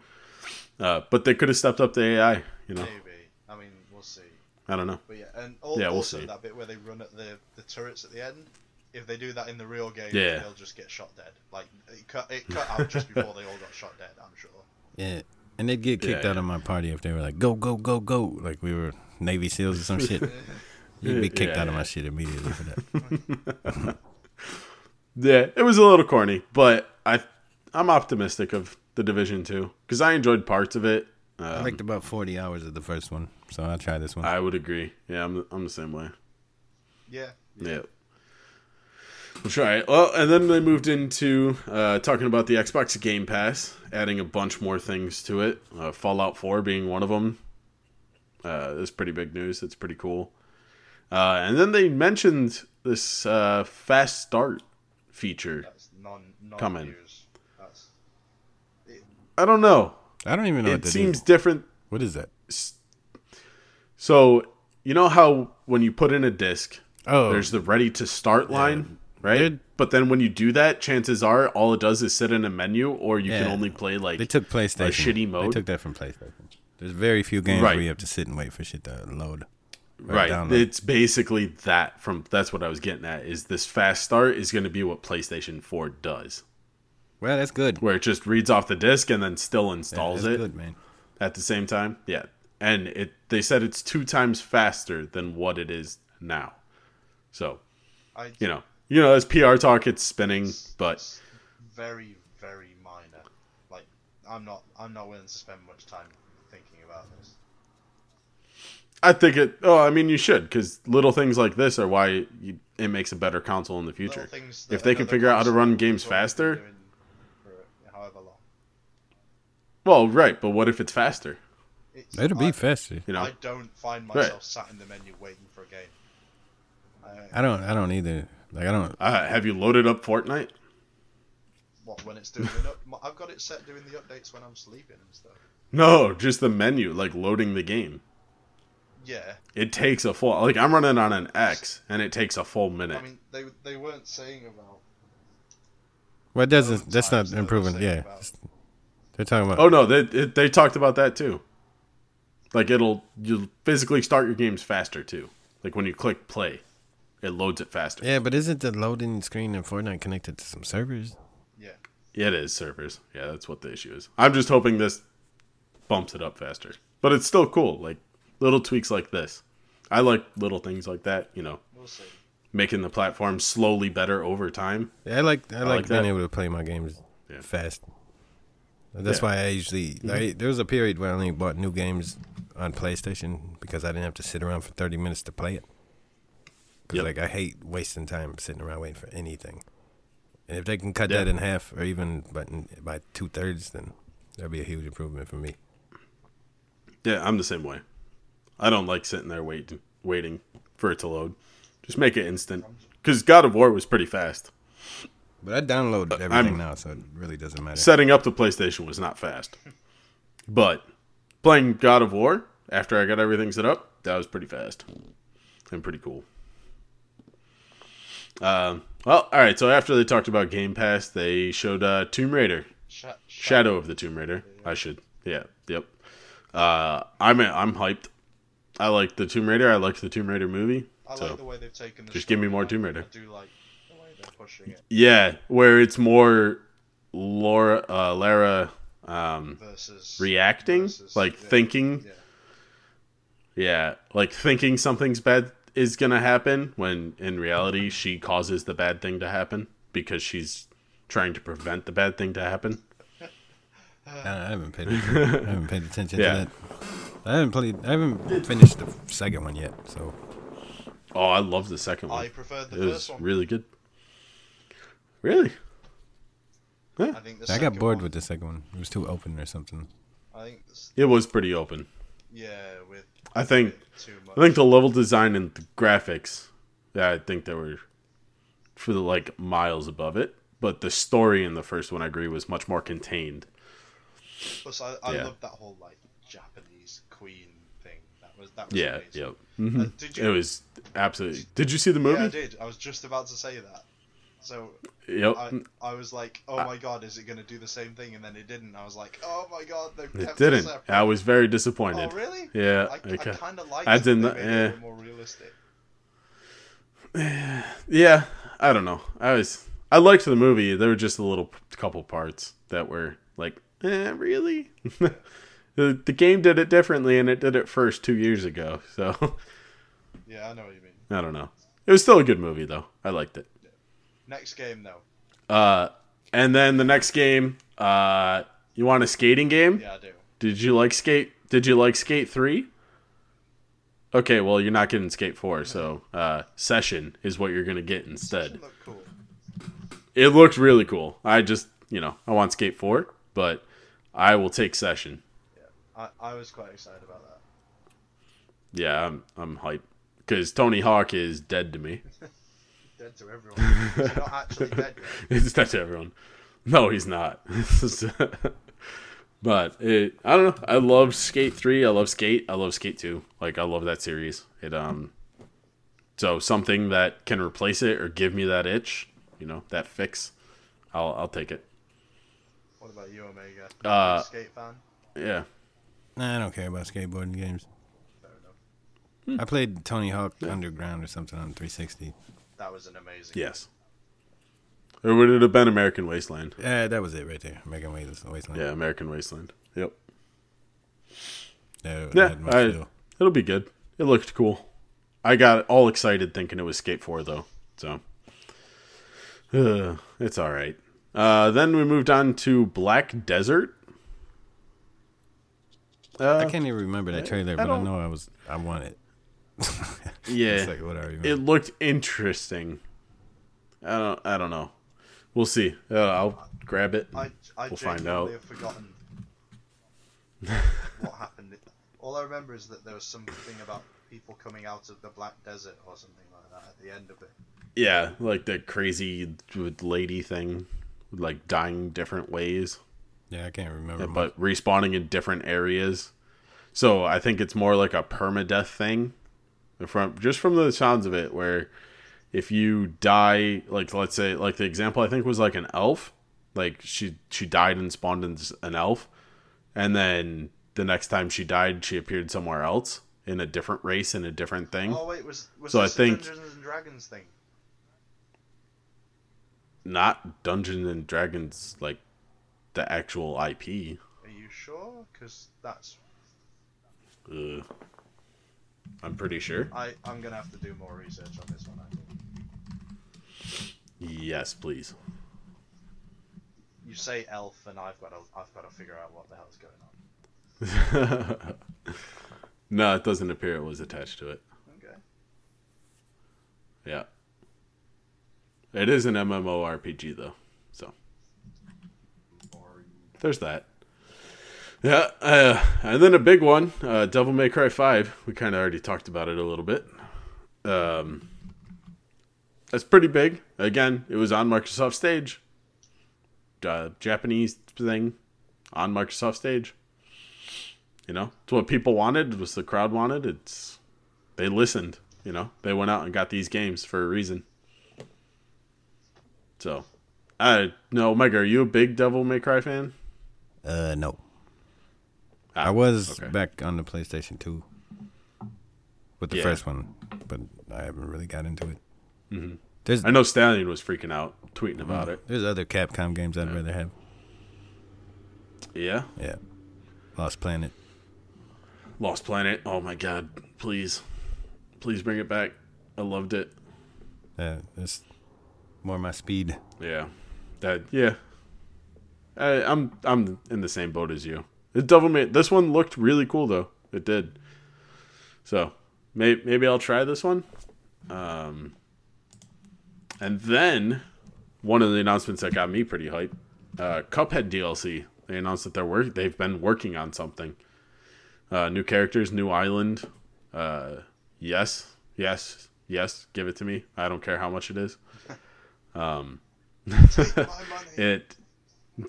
Uh, but they could have stepped up the AI. You know,
Maybe. I mean, we'll see.
I don't know.
But yeah, and al-
Yeah, we'll
also
see.
that bit where they run at the, the turrets at the end. If they do that in the real game,
Yeah.
they'll just get shot dead. Like it cut, it cut out just before they all got shot dead. I'm sure.
Yeah. And they'd get kicked
Yeah,
out of my party if they were like, go, go, go, go. Like we were Navy SEALs or some shit. You'd be kicked
Yeah,
out of
yeah.
my shit immediately for that.
Yeah, it was a little corny, but I I'm optimistic of the Division Two because I enjoyed parts of it.
I
Um,
liked about 40 hours of the first one. So I'll try this one.
I would agree. Yeah, I'm I'm the same way.
Yeah.
Yeah. We'll try it. Well, and then they moved into uh, talking about the Xbox Game Pass, adding a bunch more things to it. Uh, Fallout 4 being one of them. Uh, that's pretty big news. That's pretty cool. Uh, and then they mentioned this uh, fast start feature.
That's non
Come
non
in.
news. That's
I don't know.
I don't even know what
it
that is.
seems different
What is that?
So you know how when you put in a disc,
Oh.
there's the ready to start line, right?
They're-
but then when you do that, chances are all it does is sit in a menu, or you can
Yeah.
only play like
They took PlayStation.
shitty mode?
They took that from PlayStation. There's very few games
Right.
where you have to sit and wait for shit to load.
right.
down there.
it's basically that. From that's what I was getting at. Is this fast start is going to be what PlayStation Four does,
Well, that's good.
where it just reads off the disc and then still installs
That's
it
good, man.
at the same time. Yeah, and it they said it's two times faster than what it is now. So
I
you know, you know, as PR talk, it's spinning, but
it's very very minor. Like I'm not I'm not willing to spend much time thinking about this.
I think it. Oh, I mean, you should because little things like this are why you, it makes a better console in the
Little
future.
things that
If they can
another
figure out how to
console
run
has
games
already been
faster,
doing for however long.
well, right. But what if it's faster?
It's-
It'll be
I-
faster.
You know,
I don't find myself sat in the menu waiting for a game. Uh, I,
I don't. I don't either. Like I don't.
uh, have you loaded up Fortnite?
what when it's doing an up, my- I've got it set doing the updates when I'm sleeping and stuff.
No, just the menu, like loading the game.
Yeah,
It takes a full. Like I'm running on an X, and it takes a full minute.
I mean they they weren't saying about.
Well, it doesn't.
Load
That's
times
not
that I was
improving.
thinking
Yeah,
about.
It's- they're talking about.
oh no, they it, they talked about that too. Like it'll you physically start your games faster too. Like when you click play, it loads it faster.
Yeah, but isn't the loading screen in Fortnite connected to some servers?
Yeah,
It is servers. Yeah, that's what the issue is. I'm just hoping this bumps it up faster. But it's still cool. Like little tweaks like this. I like little things like that, you know,
we'll see.
making the platform slowly better over time.
Yeah, I like. I, like,
like
being
that.
able to play my games
Yeah.
fast. That's
Yeah. Mm-hmm.
why I usually. I, there was a period where I only bought new games on PlayStation because I didn't have to sit around for thirty minutes to play it. Because
Yep.
like I hate wasting time sitting around waiting for anything. And if they can cut
Yeah.
that in half or even by, by two thirds, then that'd be a huge improvement for me.
Yeah, I'm the same way. I don't like sitting there waiting waiting for it to load. Just make it instant. Cuz God of War was pretty fast.
But I download everything
Uh, I'm-
now, so it really doesn't matter.
Setting up the PlayStation was not fast. But playing God of War after I got everything set up, that was pretty fast and pretty cool. Um, well, all right. So after they talked about Game Pass, they showed uh, Tomb Raider,
Sha- Sha-
Shadow of the Tomb Raider. I should, yeah, yep. Uh, I'm I'm hyped. I like the Tomb Raider. I liked the Tomb Raider movie.
I
so
like the way they've taken. The
just give me more
storyline.
Tomb Raider.
I do like the way they're pushing it
yeah, where it's more Laura uh, Lara um,
versus
reacting,
versus-
like
yeah,
thinking
Yeah.
Yeah, like thinking something's bad is gonna happen when in reality she causes the bad thing to happen because she's trying to prevent the bad thing to happen.
I I haven't paid. I haven't paid attention
Yeah.
to that. I haven't played. I haven't finished the second one yet. So
Oh, I love the second one.
I preferred the
it was
first one.
really good. Really?
I think the
I
second
got bored
one-
with the second one. It was too open or something.
I think s-
It was pretty open.
yeah, with
I think
too much.
I think the level design and the graphics, yeah, I think they were for the like miles above it. But the story in the first one, I agree, was much more contained.
Plus, I, I
yeah.
loved that whole like Japanese queen thing. That was that was
Yeah,
amazing.
yep. hmm
Uh, did you?
It was absolutely. Did you see the movie?
yeah, I did. I was just about to say that. So
Yep.
I, I was like, oh my god, is it going to do the same thing? And then it didn't. I was like, oh my god, they
it didn't. I was very disappointed.
Oh really?
Yeah.
I, I
okay.
kind of liked
I
it. They
didn't-
made it a
yeah.
little more realistic.
Yeah, I don't know. I was I liked the movie. There were just a little couple parts that were like, eh, really? the, the game did it differently, and it did it first two years ago. So
Yeah, I know what you mean.
I don't know. It was still a good movie though. I liked it.
Next game though.
Uh, and then the next game, uh, you want a skating game?
Yeah, I do.
Did you like Skate? Did you like Skate Three? Okay, well you're not getting Skate Four, so uh, Session is what you're gonna get instead.
Doesn't look cool.
It looked really cool. I just, you know, I want Skate 4, but I will take Session.
I, I was quite excited about that.
Yeah, I'm, I'm hyped. Because Tony Hawk is dead to me.
Dead to everyone. He's not actually dead yet.
It's dead to everyone. No, he's not. but it, I don't know. I love Skate 3. I love Skate. I love Skate 2. Like, I love that series. It, um, so something that can replace it or give me that itch, you know, that fix, I'll, I'll take it.
What about you, Omega?
Uh,
skate fan.
Yeah.
Nah, I don't care about skateboarding games.
Hmm.
I played Tony Hawk Underground or something on 360.
That was an amazing.
Yes. Or would it have been American Wasteland?
Yeah, Uh, that was it right there. Megan Waste- Wasteland.
Yeah, American Wasteland. Yep.
That
Yeah,
had much
I-
feel.
It'll be good. It looked cool. I got all excited thinking it was Skate 4 though. So Ugh, it's all right. Uh, then we moved on to Black Desert.
I
Uh,
can't even remember that trailer, but I
don't-
know I was I want it.
yeah,
It's like what I remember.
it looked interesting. I don't. I don't know. We'll see. Uh, I'll grab it.
I, I
We'll find
genuinely
out.
have forgotten what happened. All I remember is that there was something about people coming out of the black desert or something like that at the end of it.
Yeah, like the crazy lady thing, like dying different ways.
yeah, I can't remember.
Yeah,
much.
but respawning in different areas. So I think it's more like a permadeath thing. From just from the sounds of it, where if you die, like let's say, like the example I think was like an elf, like she she died and spawned as an elf, and then the next time she died, she appeared somewhere else in a different race in a different thing.
Oh wait, was was
So I
this a
think-
Dungeons and Dragons thing?
Not Dungeons and Dragons, like the actual IP.
Are you sure? Because that's
Ugh. I'm pretty sure.
I I'm gonna have to do more research on this one. I think
Yes, please.
you say elf, and I've got to I've got to figure out what the hell's going on.
no, it doesn't appear it was attached to it.
Okay.
Yeah. It is an MMORPG though. So there's that. Yeah, uh, and then a big one, uh, Devil May Cry 5. We kind of already talked about it a little bit. Um, that's pretty big. Again, it was on Microsoft stage. Uh, Japanese thing on Microsoft stage. You know, it's what people wanted. It was the crowd wanted. It's they listened. You know, they went out and got these games for a reason. So, I no, Omega, are you a big Devil May Cry fan?
Uh, no.
Ah,
I was
okay.
back on the PlayStation 2 with the
Yeah.
first one, but I haven't really got into it. There's
Mm-hmm. I know Stallion was freaking out, tweeting about it.
there's other Capcom games I'd rather have.
Yeah,
Yeah, Lost Planet.
Lost Planet. Oh my God, please, please bring it back. I loved it.
Uh, that's more my speed.
Yeah, that yeah. I, I'm I'm in the same boat as you. The Devil May this one looked really cool though. It did. So may, maybe I'll try this one. Um, and then one of the announcements that got me pretty hyped, uh, Cuphead DLC. They announced that they're work they've been working on something. Uh, new characters, new island. Uh, yes, yes, yes. Give it to me. I don't care how much it is. Um, it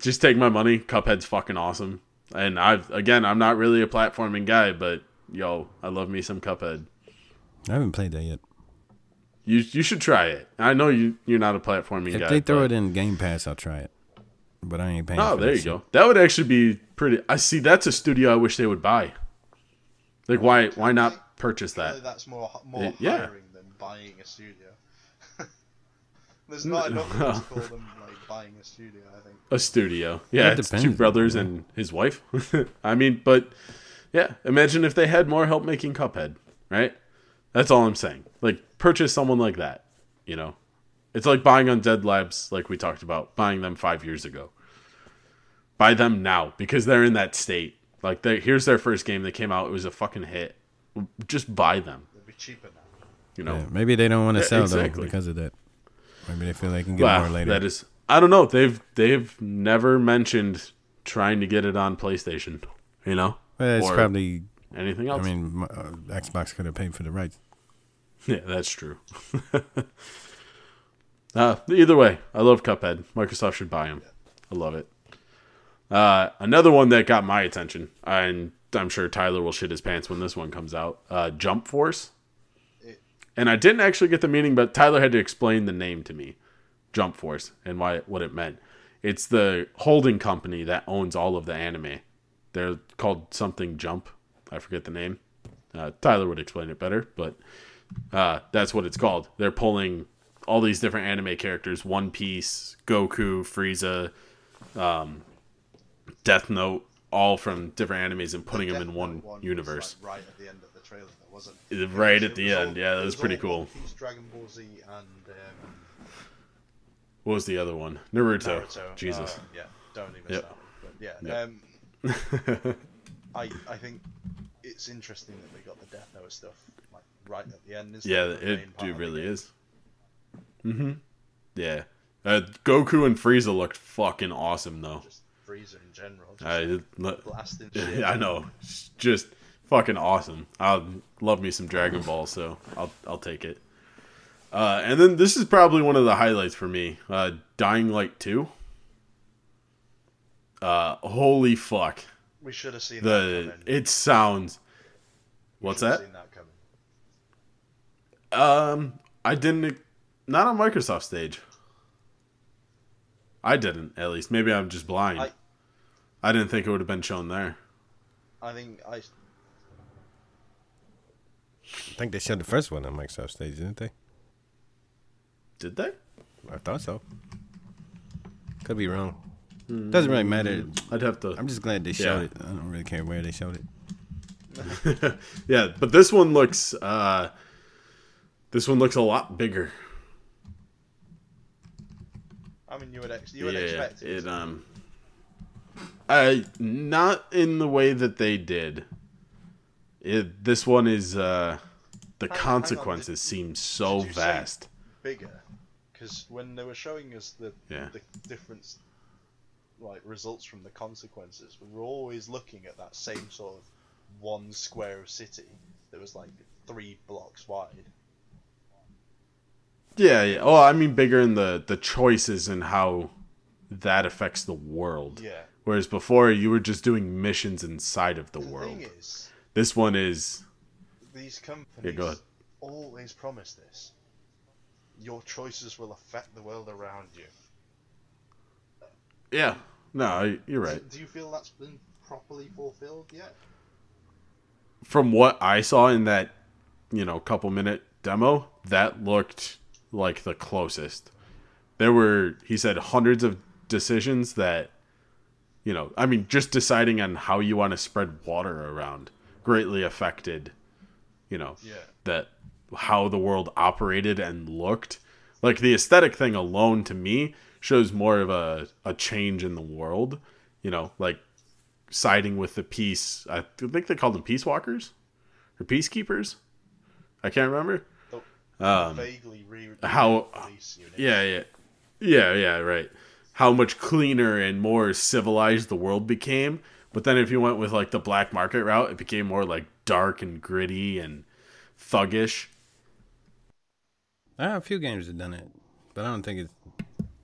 just take my money. Cuphead's fucking awesome. And I've again, I'm not really a platforming guy, but yo, I love me some Cuphead.
I haven't played that yet.
You you should try it. I know you you're not a platforming
If
guy.
they throw
but-
it in Game Pass, I'll try it. But I ain't paying.
Oh,
for
there
that
you
shit.
go. That would actually be pretty. I see. That's a studio I wish they would buy. Like, why why not purchase
Really,
that?
that's more h- more
Uh, yeah.
hiring than buying a studio. There's not enough people to call them like buying a studio. I think.
A studio. Yeah,
It
it's two
depends,
brothers and his wife. I mean, but yeah, imagine if they had more help making Cuphead, right? That's all I'm saying. Like, purchase someone like that. You know, it's like buying Undead Labs, like we talked about, buying them five years ago. Buy them now because they're in that state. Like, they, here's their first game that came out. It was a fucking hit. Just buy them.
They'd be cheaper now.
You know,
Yeah, maybe they don't want to
Yeah,
sell
exactly.
though because of that. Maybe they feel they can get
Wow,
more later.
That is, I don't know. They've they've never mentioned trying to get it on PlayStation. You know,
Well, it's
or
probably.
anything
I
else.
mean, my- uh, Xbox could have paid for the rights.
yeah, that's true. uh, either way, I love Cuphead. Microsoft should buy him. I love it. Uh, another one that got my attention, and I'm sure Tyler will shit his pants when this one comes out. Uh, Jump Force.
It-
And I didn't actually get the meaning, but Tyler had to explain the name to me, Jump Force, and why what it meant. It's the holding company that owns all of the anime. They're called something Jump. I forget the name. Uh, Tyler would explain it better, but uh, that's what it's called. They're pulling all these different anime characters: One Piece, Goku, Frieza, um, Death Note, all from different animes, and putting them in
Death
one
Note was,
universe.
like, right at the end of the trailer, that wasn't.
Uh, right at
It
the
was all-
end, yeah, that
it
was pretty
all One
cool.
Piece, Dragon Ball Z and um,
What was the other one? Naruto.
Naruto.
Jesus.
Uh, yeah, don't even
Yep.
start. But yeah,
Yep.
um, I I think it's interesting that they got the Death Note stuff like right at the end. instead
yeah,
of the
it,
main part
it
of the
really
game.
is. Mm-hmm. Yeah. Uh, Goku and Frieza looked fucking awesome though.
Just Freezer in general, just
I
blasting shit.
I know, It's just fucking awesome. I love me some Dragon Ball, so I'll I'll take it. Uh, and then this is probably one of the highlights for me. Uh, Dying Light two. Uh, holy fuck!
We should have seen
The
that coming.
it sounds. What's
Should've
that?
Seen that coming.
Um, I didn't. Not on Microsoft stage. I didn't, at least. Maybe I'm just blind. I,
I-
didn't think it would have been shown there.
I think I
I think they showed the first one on Microsoft stage, didn't they?
Did they?
I thought so. Could be wrong. Doesn't really matter.
I'd have to.
I'm just glad they
Hmm. Yeah.
showed it. I don't really care where they showed it.
yeah, but this one looks. uh This one looks a lot bigger.
I mean you would ex- you would
yeah,
expect
it
to
um. I not in the way that they did. It, this one is uh the
Hang on, hang on,
consequences
did-
seem so
did you say-
vast.
be bigger because when they were showing us the
Yeah.
the difference like results from the consequences, we were always looking at that same sort of one square of city that was like three blocks wide.
Yeah, yeah. Oh, I mean bigger in the the choices and how that affects the world.
Yeah.
Whereas before you were just doing missions inside of the,
The
world.
thing is,
This one is
these companies
Yeah, go ahead.
always promise this. Your choices will affect the world around you.
yeah. No, I- you're right.
Do you feel that's been properly fulfilled yet?
From what I saw in that, you know, couple minute demo, that looked like the closest. There were he said hundreds of decisions that you know, I mean just deciding on how you want to spread water around greatly affected, you know, that how the world operated and looked. Like the aesthetic thing alone to me shows more of a, a change in the world, you know, like siding with the peace. I think they called them peace walkers or peacekeepers. I can't remember.
The,
Um,
vaguely re-
how-
police unit.
yeah, yeah, yeah, yeah. Right. How much cleaner and more civilized the world became, but then if you went with like the black market route, it became more like dark and gritty and thuggish.
Ah, a few games have done it, but I don't think it's.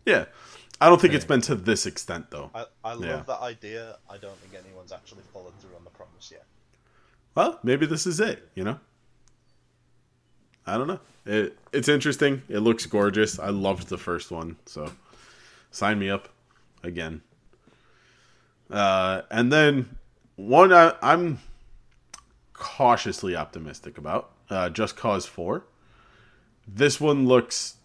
Yeah, I don't think it's been to this extent though.
I, I love
Yeah.
that idea. I don't think anyone's actually followed through on the promise yet.
well, maybe this is it, you know? I don't know. It it's interesting. It looks gorgeous. I loved the first one, so sign me up again. Uh, and then one I, I'm cautiously optimistic about uh, Just Cause Four. This one looks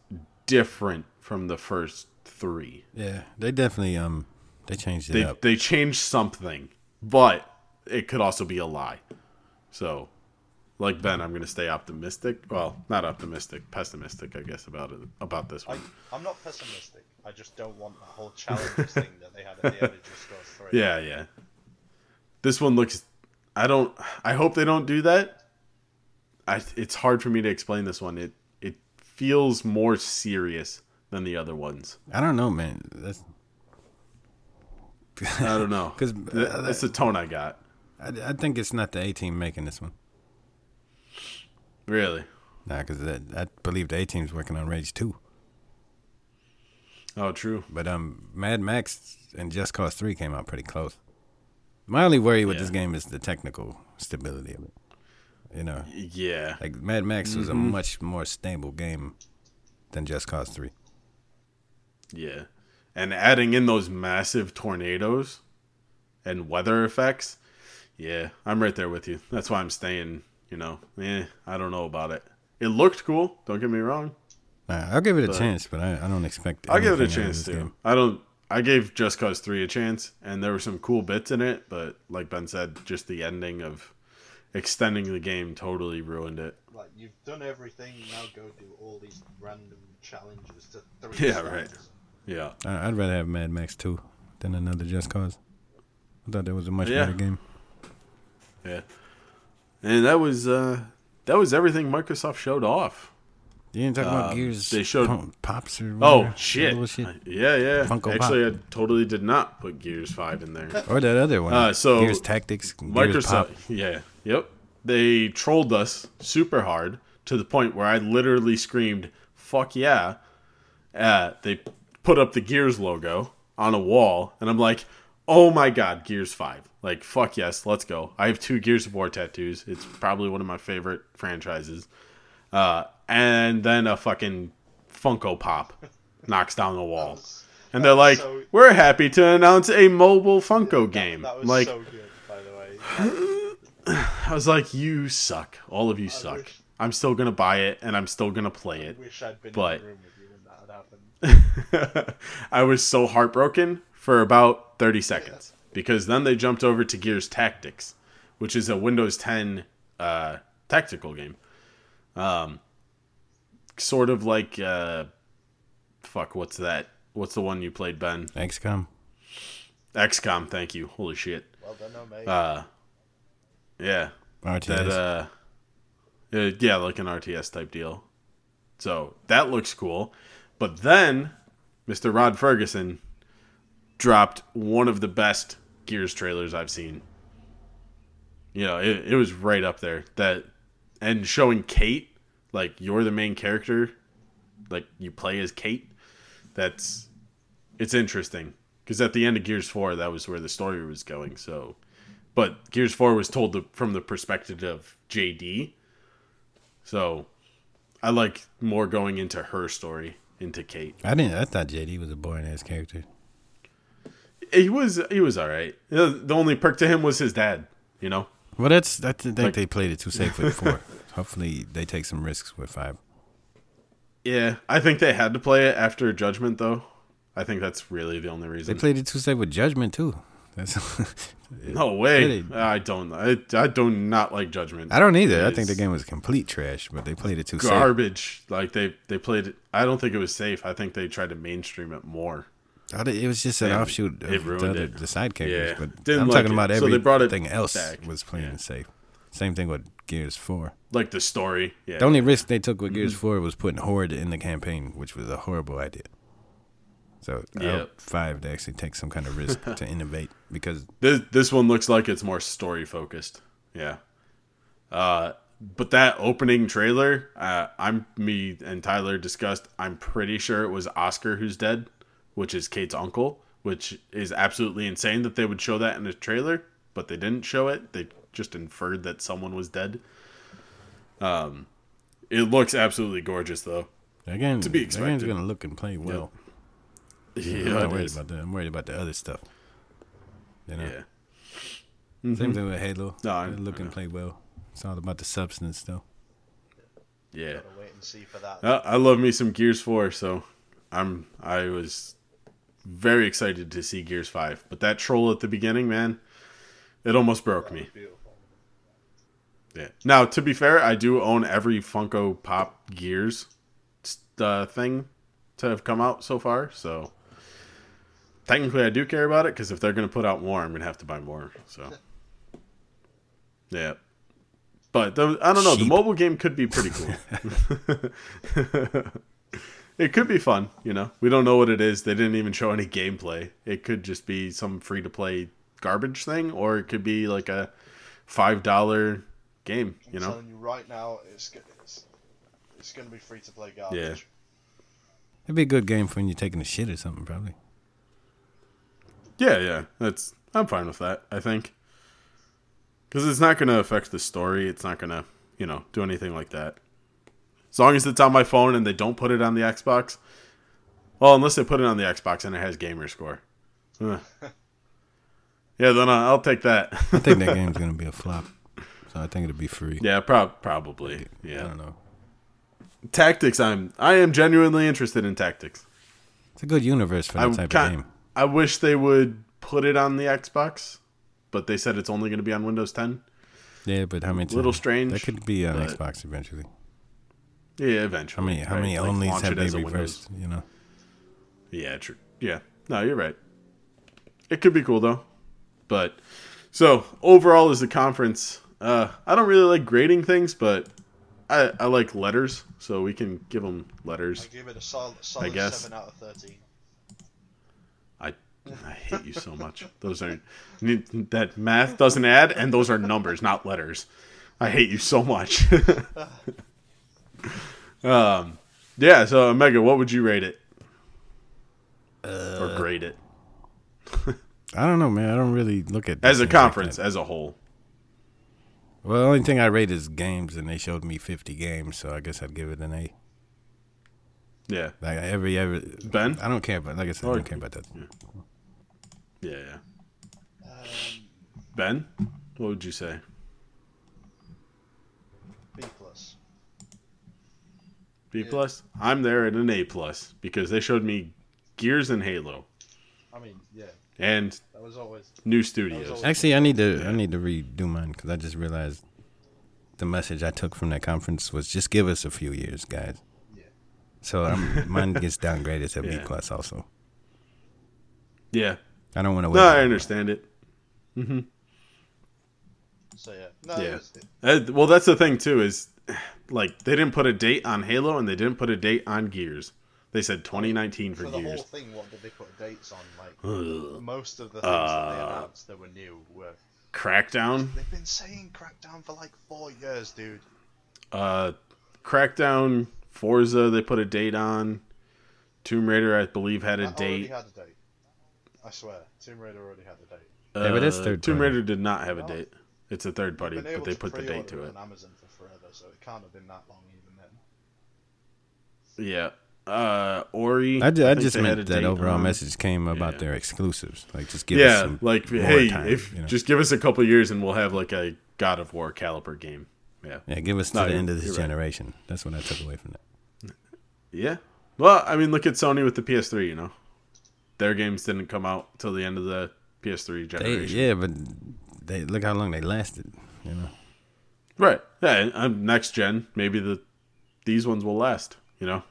different from the first three.
Yeah, they definitely um, they changed it
They
up.
they changed something, but it could also be a lie. So, like Ben, I'm gonna stay optimistic. Well, not optimistic, pessimistic, I guess about it about this
I,
one.
I'm not pessimistic. I just don't want the whole challenges thing that they had at the end of Just Cause 3.
Yeah, yeah. This one looks. I don't. I hope they don't do that. I. It's hard for me to explain this one. It it feels more serious than the other ones.
I don't know, man. That's
I don't know.
'Cause,
Th-
uh,
that's the tone I got.
I, I think it's not the A team making this one.
Really.
Nah, because I, I believe the A team's working on Rage Two,
Oh, true.
but um, Mad Max and Just Cause Three came out pretty close. My only worry with
Yeah.
this game is the technical stability of it. You know,
Yeah.
like Mad Max was a
Mm-hmm.
much more stable game than Just Cause Three.
Yeah. And adding in those massive tornadoes and weather effects. Yeah, I'm right there with you. That's why I'm staying, you know. Eh, I don't know about it. It looked cool, don't get me wrong.
Nah, I'll give it a
But-
chance, but I, I don't expect.
I'll give it a
anything out of
chance
this
too.
game.
I don't I gave Just Cause 3 a chance and there were some cool bits in it, but like Ben said, just the ending of extending the game totally ruined it.
Like, you've done everything, now go do all these random challenges to three
Yeah,
stars.
right. Yeah.
I- I'd rather have Mad Max 2 than another Just Cause. I thought that was a much
Yeah.
better game.
Yeah. And that was uh that was everything Microsoft showed off.
You didn't talk about
Um,
Gears
they showed-
Pom- Pops or
Oh
whatever,
shit.
little shit.
Yeah, yeah.
Funko Pop.
Actually, I totally did not put Gears Five in there.
Or that other one.
Uh, so,
Gears Tactics, Gears Pop.
Microsoft. Yeah. Yep. They trolled us super hard to the point where I literally screamed "fuck yeah." Uh, they put up the Gears logo on a wall, and I'm like, "Oh my god, Gears Five! Like fuck yes, let's go." I have two Gears of War tattoos. It's probably one of my favorite franchises. Uh, and then a fucking Funko Pop knocks down the wall.
was-
and
that
they're like,
was so-
"We're happy to announce a mobile Funko game."
That was
like,
so good, by the way.
I was like, "You suck. All of you suck."
wish-
I'm still gonna buy it, and I'm still gonna play it.
wish I'd been
But-
in the room with you when that had happened.
I was so heartbroken for about 30 seconds because then they jumped over to Gears Tactics, which is a Windows 10 uh, tactical game. Um, sort of like, uh, fuck, what's that? What's the one you played, Ben?
XCOM.
XCOM, thank you. Holy shit.
Well done, oh, mate.
Uh, yeah,
RTS.
that uh, uh, yeah, like an RTS type deal. So that looks cool. But then Mr. Rod Ferguson dropped one of the best Gears trailers I've seen. You know, it, it was right up there. That and showing Kate, like you're the main character, like you play as Kate. That's it's interesting because at the end of Gears Four, that was where the story was going. So but Gears Four was told the, from the perspective of JD. So, I like more going into her story, into Kate.
I didn't. I thought JD was a boring ass character.
He was he was all right. The the only perk to him was his dad. You know,
Well, that's. that's I think
Like-
they played it too safe with four. Hopefully, they take some risks with five.
yeah. I think they had to play it after Judgment, though. I think that's really the only
They
reason.
played it too safe with Judgment too. That's.
no way.
Yeah, they-
I don't. I, I do not like Judgment.
I don't either. I think the
It's
game was complete trash, but they played it too safe.
Garbage. Like they they played. it- I don't think it was safe. I think they tried to mainstream it more.
Oh, they- It was just an
And it
offshoot of the,
ruined
other,
it.
the side characters.
Yeah.
But
Didn't
I'm
like
talking
it.
about
So they
everything
brought it
else
back.
was playing
Yeah.
safe. Same thing with Gears Four.
Like the story. Yeah. Mm-hmm.
The only risk they took with Gears Four was putting Horde in the campaign, which was a horrible idea. So I
Yeah.
hope five they actually take some kind of risk to innovate because
This this one looks like it's more story focused. Yeah. Uh, but that opening trailer, uh, I'm me and Tyler discussed. I'm pretty sure it was Oscar who's dead, which is Kate's uncle, which is absolutely insane that they would show that in a trailer, but they didn't show it. They just inferred that someone was dead. Um, it looks absolutely gorgeous though.
again, to
be
game's
expected.
gonna look and play well. I'm
Yeah,
not
it
worried
is.
about that. I'm worried about the other stuff. You know,
yeah.
same thing with Halo.
Mm-hmm. No, I-
They look
I
and
know.
play well. It's all about the substance, though.
yeah.
Gotta wait and see for that.
Uh, I love me some Gears Four, so I'm I was very excited to see Gears Five, but that troll at the beginning, man, it almost broke me.
Beautiful.
Yeah. Now, to be fair, I do own every Funko Pop Gears uh, thing to have come out so far, so technically I do care about it because if they're gonna put out more, I'm gonna have to buy more. So, yeah. But the, I don't know. The
Sheep.
mobile game could be pretty cool. it could be fun. You know, we don't know what it is. They didn't even show any gameplay. It could just be some free to play garbage thing, or it could be like a five dollar game.
I'm
You know,
telling you right now, it's go- it's, it's gonna be free to play garbage.
Yeah.
It'd be a good game for when you're taking a shit or something, probably.
yeah, yeah. That's I'm fine with that. I think because it's not gonna affect the story. It's not gonna you know do anything like that. As long as it's on my phone and they don't put it on the Xbox. Well, unless they put it on the Xbox and it has gamer score. Huh. Yeah, then I- I'll take that.
I think that game's gonna be a flop, so I think it'll be free.
yeah, prob- probably.
I
Yeah.
don't know.
Tactics I'm I am genuinely interested in tactics.
It's a good universe for that
I
type of
kind
game.
I wish they would put it on the Xbox, but they said it's only going to be on Windows 10.
Yeah, but how many?
Little
times-
strange,
That could be on
but-
Xbox eventually.
Yeah,
How
eventually.
many? How
right?
many
Like,
onlys
launch
have
it
they
as a Windows-
reversed? You know.
Yeah, true. Yeah. No, you're right. It could be cool though. But so overall is the conference. Uh, I don't really like grading things, but I, I like letters, so we can give them
I
letters.
give it a solid, solid
guess.
seven out of thirteen.
I I hate you so much. Those are that math doesn't add, and those are numbers, not letters. I hate you so much. um, yeah. So Omega, what would you rate it? or grade it
I don't know, man. I don't really look
Uh,
at
as a
things like
conference
that.
as a whole.
well, the only thing I rate is games, and they showed me 50 games, so I guess I'd give it an A.
Yeah.
Like every every.
Ben.
I don't care about. Like I said, I
Or-
don't care about that.
Yeah. yeah.
Um,
Ben, what would you say?
B plus.
B plus. I'm there at an A plus because they showed me Gears and Halo
I mean, yeah,
and
that was always.
new studios.
Actually, I need to I need to redo mine because I just realized the message I took from that conference was just give us a few years, guys.
Yeah.
So i mine gets downgraded to
Yeah.
B plus. Also,
Yeah.
I don't want to wait.
No, I understand it.
So yeah, no,
Yeah.
it was, it,
Uh, well, that's the thing too is, like, they didn't put a date on Halo and they didn't put a date on Gears. They said 2019 for,
Oh, for the whole
Gears.
thing. What did they put dates on? Like
Ugh.
most of the things that they
Uh,
announced that were new were.
Crackdown.
They've been saying Crackdown for like four years, dude.
Uh, Crackdown. Forza. They put a date on. Tomb Raider, I believe, had a
That already
date.
had a date. I swear, Tomb Raider already had a date.
Yeah, but it's
Uh,
third
Tomb
party.
Raider did not have a
No.
date. It's a third party,
Been
but
able
they
to
put the date
pre-order
to it.
on Amazon for forever, so it can't have been that long even then.
Yeah. Uh, Ori.
I, ju- I
think
just
they had a
meant that
date
overall
on.
message came about
Yeah.
their exclusives. Like just give us
Yeah,
some
like
more
hey,
time,
if
you know?
just give us a couple years and we'll have like a God of War caliber game. Yeah.
yeah, give us to
No,
the
you're-
end of
you're
this
right.
generation. That's what I took away from that.
Yeah. Well, I mean, look at Sony with the PS3. You know, their games didn't come out till the end of the PS3
They,
generation.
yeah, but they look how long they lasted. You know,
Right. Yeah. Um, next gen, maybe the these ones will last. You know,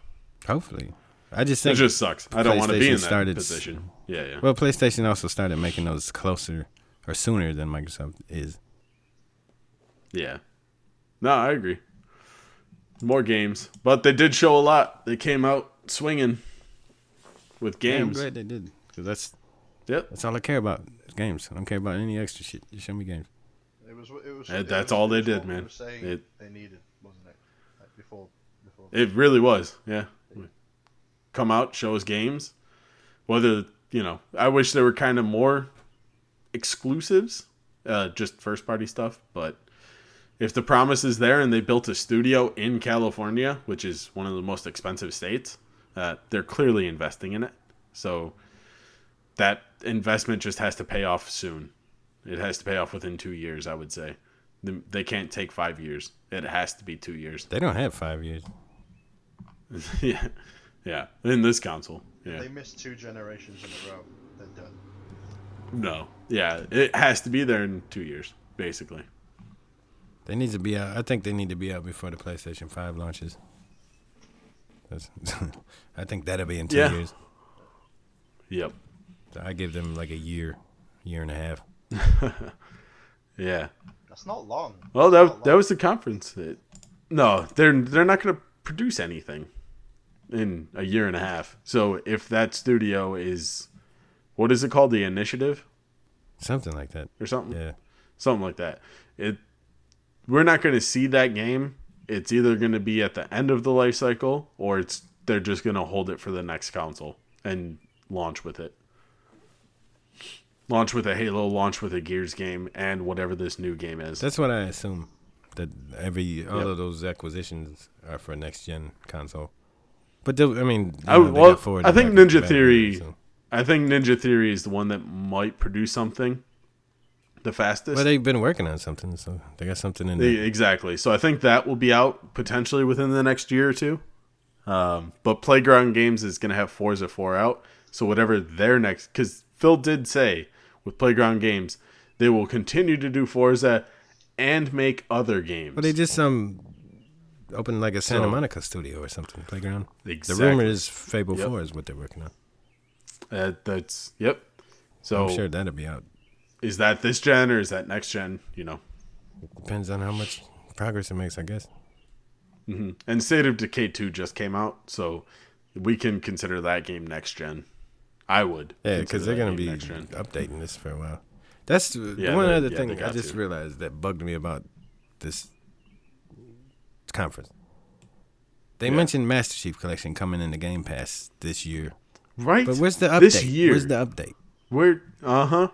hopefully. I just
it
think
just sucks. I don't want to be
PlayStation
in that
started s-
position. Yeah. Yeah.
Well, PlayStation also started making those closer or sooner than Microsoft is.
Yeah. No, I agree. More games, but they did show a lot. They came out swinging with
Yeah, I'm
games.
glad they did. Cause that's
Yep.
that's all I care about. is Games. I don't care about any extra shit. Just show me games.
It was. It was.
Yeah,
it
that's
was-
all
it
they
was
did,
what we
man.
were saying
It-
they needed, wasn't it? Like before, before.
It really was. Yeah. Come out, show us games. Whether, you know, I wish there were kind of more exclusives, uh, just first party stuff. But if the promise is there and they built a studio in California, which is one of the most expensive states, uh, they're clearly investing in it. So that investment just has to pay off soon. It has to pay off within two years, I would say. They- They can't take five years. It has to be two years.
They don't have five years.
yeah, yeah. In this console, yeah.
They missed two generations in a row. They're done.
No, yeah. It has to be there in two years, basically.
They need to be out. I think they need to be out before the PlayStation Five launches. That's, I think that'll be in two
Yeah.
years.
Yep.
So I give them like a year, year and a half.
Yeah.
That's not long.
Well, that that was the conference. It, no, they're they're not going to produce anything in a year and a half. So if that studio is, what is it called, the Initiative
Something like that.
or something?
Yeah.
something like that. It we're not going to see that game. It's either going to be at the end of the life cycle or it's they're just going to hold it for the next console and launch with it. Launch with a Halo, launch with a Gears game and whatever this new game is.
That's what I assume. That every all
Yep.
of those acquisitions are for next gen console. But they, I mean, you
I,
know, they
well,
got forward
I
and
think
back and
Ninja
back,
Theory
so-
I think Ninja Theory is the one that might produce something the fastest.
But they've been working on something, so they got something in there.
E- Exactly. So I think that will be out potentially within the next year or two. Um, but Playground Games is going to have Forza 4 out. So whatever their next, because Phil did say with Playground Games, they will continue to do Forza and make other games.
But they just um opened like a Santa
So-
Monica studio or something playground.
Exactly.
The rumor is Fable
Yep.
Four is what they're working on.
Uh, that's yep. So
I'm sure that'll be out.
is that this gen or is that next gen? You know.
Depends on how much progress it makes, I guess.
And State of Decay 2 just came out, so we can consider that game next gen. I would.
Yeah,
consider
because they're
that game
gonna be
next gen.
updating this for a while. That's the
Yeah,
one
they-
other
yeah,
thing
they
I
got
just
to.
realized that bugged me about this conference. They
Yeah.
mentioned Master Chief Collection coming in the Game Pass this year,
right.
but where's the update?
This year.
where's the update?
We're uh huh.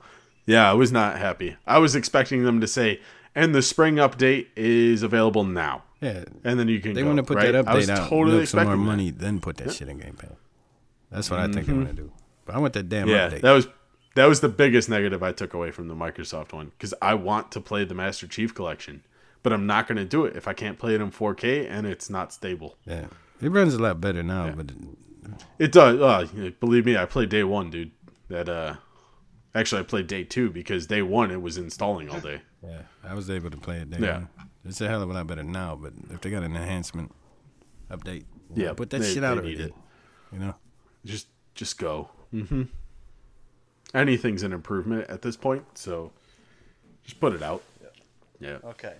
Yeah, I was not happy. I was expecting them to say, and the spring update is available now,
Yeah,
and then you can.
they
go,
want to put
right?
that
I was
update out,
Totally
milk some
expecting
more
that. Mm-hmm.
money, then put that shit in Game Pass. That's what I think they want to do. But I want that damn
Yeah,
update.
that was that was the biggest negative I took away from the Microsoft one because I want to play the Master Chief Collection, but I'm not going to do it if I can't play it in 4K and it's not stable.
yeah, it runs a lot better now, but
It does. Uh, believe me, I played day one, dude. That uh, actually I played day two because day one it was installing all day.
yeah, I was able to play it. Day
Yeah.
one. it's a hell of a lot better now. But if they got an enhancement update,
Yeah,
put that
they-
shit out
they
already.
need it.
You know,
just just go. Mm-hmm. Anything's an improvement at this point, so just put it out. Yeah.
Okay.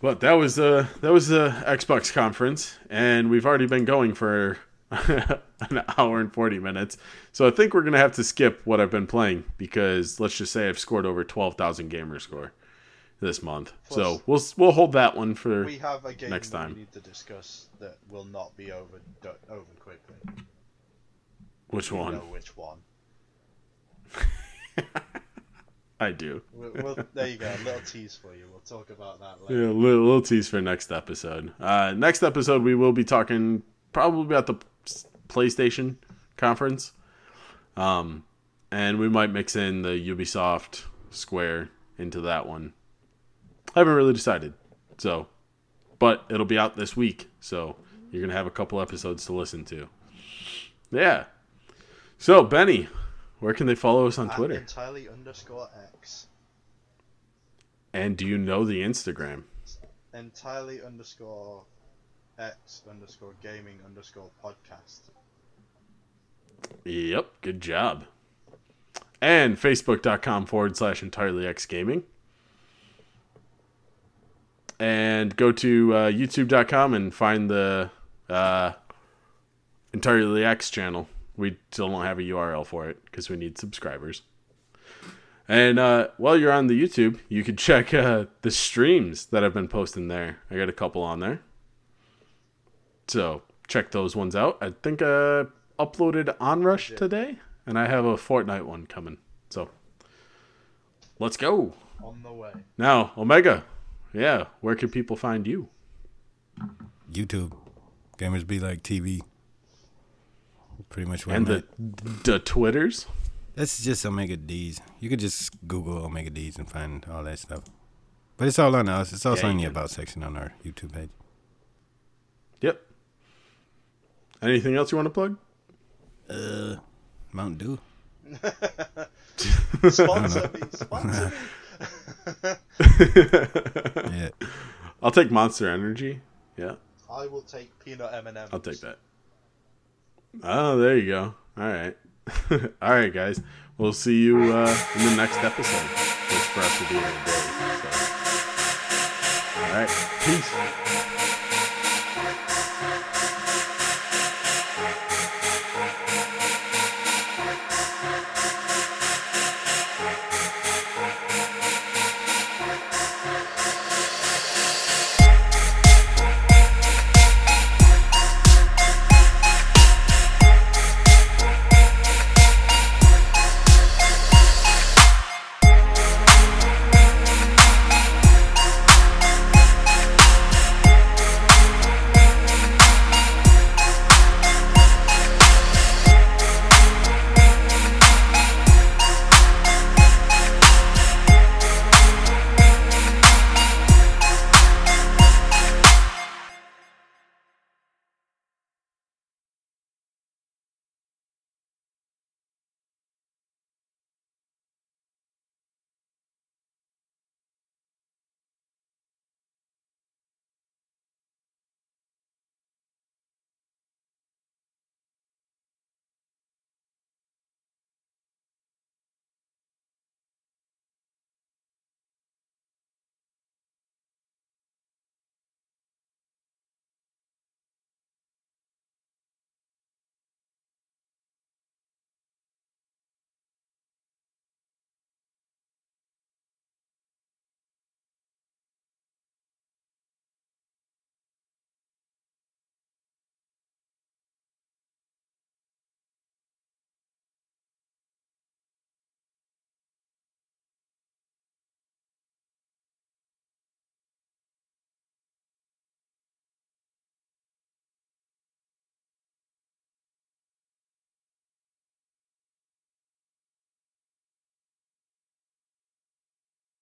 But that was the that was the Xbox conference, and we've already been going for an hour and forty minutes. So I think we're gonna have to skip what I've been playing because let's just say I've scored over twelve thousand gamer score this month. so
Plus-
we'll we'll hold that one for
We have a game
Next
that
time.
we need to discuss that will not be over do- over quickly.
which
You
one
know which one.
I do.
We'll, we'll, there you go. A little tease for you. We'll talk about that later.
Yeah, little, little tease for next episode. Uh, next episode, we will be talking probably about the PlayStation conference, um, and we might mix in the Ubisoft Square into that one. I haven't really decided, so, but it'll be out this week, so you're gonna have a couple episodes to listen to. Yeah. So Benny, where can they follow us on
At
Twitter?
entirely underscore X.
And do you know the Instagram?
Entirely underscore X underscore gaming underscore podcast.
Yep, good job. And facebook.com forward slash entirely x gaming. and go to uh, youtube.com and find the uh, Entirely X channel. We still don't have a URL for it because we need subscribers. And uh, while you're on the YouTube, you can check uh, the streams that I've been posting there. I got a couple on there. So check those ones out. I think I uploaded Onrush today, and I have a Fortnite one coming. So let's go.
on the way.
Now, Omega, yeah, where can people find you?
YouTube. Gamers be like TV. Pretty much where
and
I'm at.
the, the Twitters?
That's just Omega D's. You could just Google Omega D's and find all that stuff. But it's all on us. It's also
Yeah,
in the
you
About section on our YouTube page.
Yep. Anything else you want to plug?
Uh, Mountain Dew.
Sponsor me, sponsor me.
Yeah.
I'll take Monster Energy. Yeah,
I will take peanut M and M's.
I'll take that. Oh, there you go. All right. All right, guys. We'll see you uh, in the next episode. Which for us to be in a day. so. All right. Peace.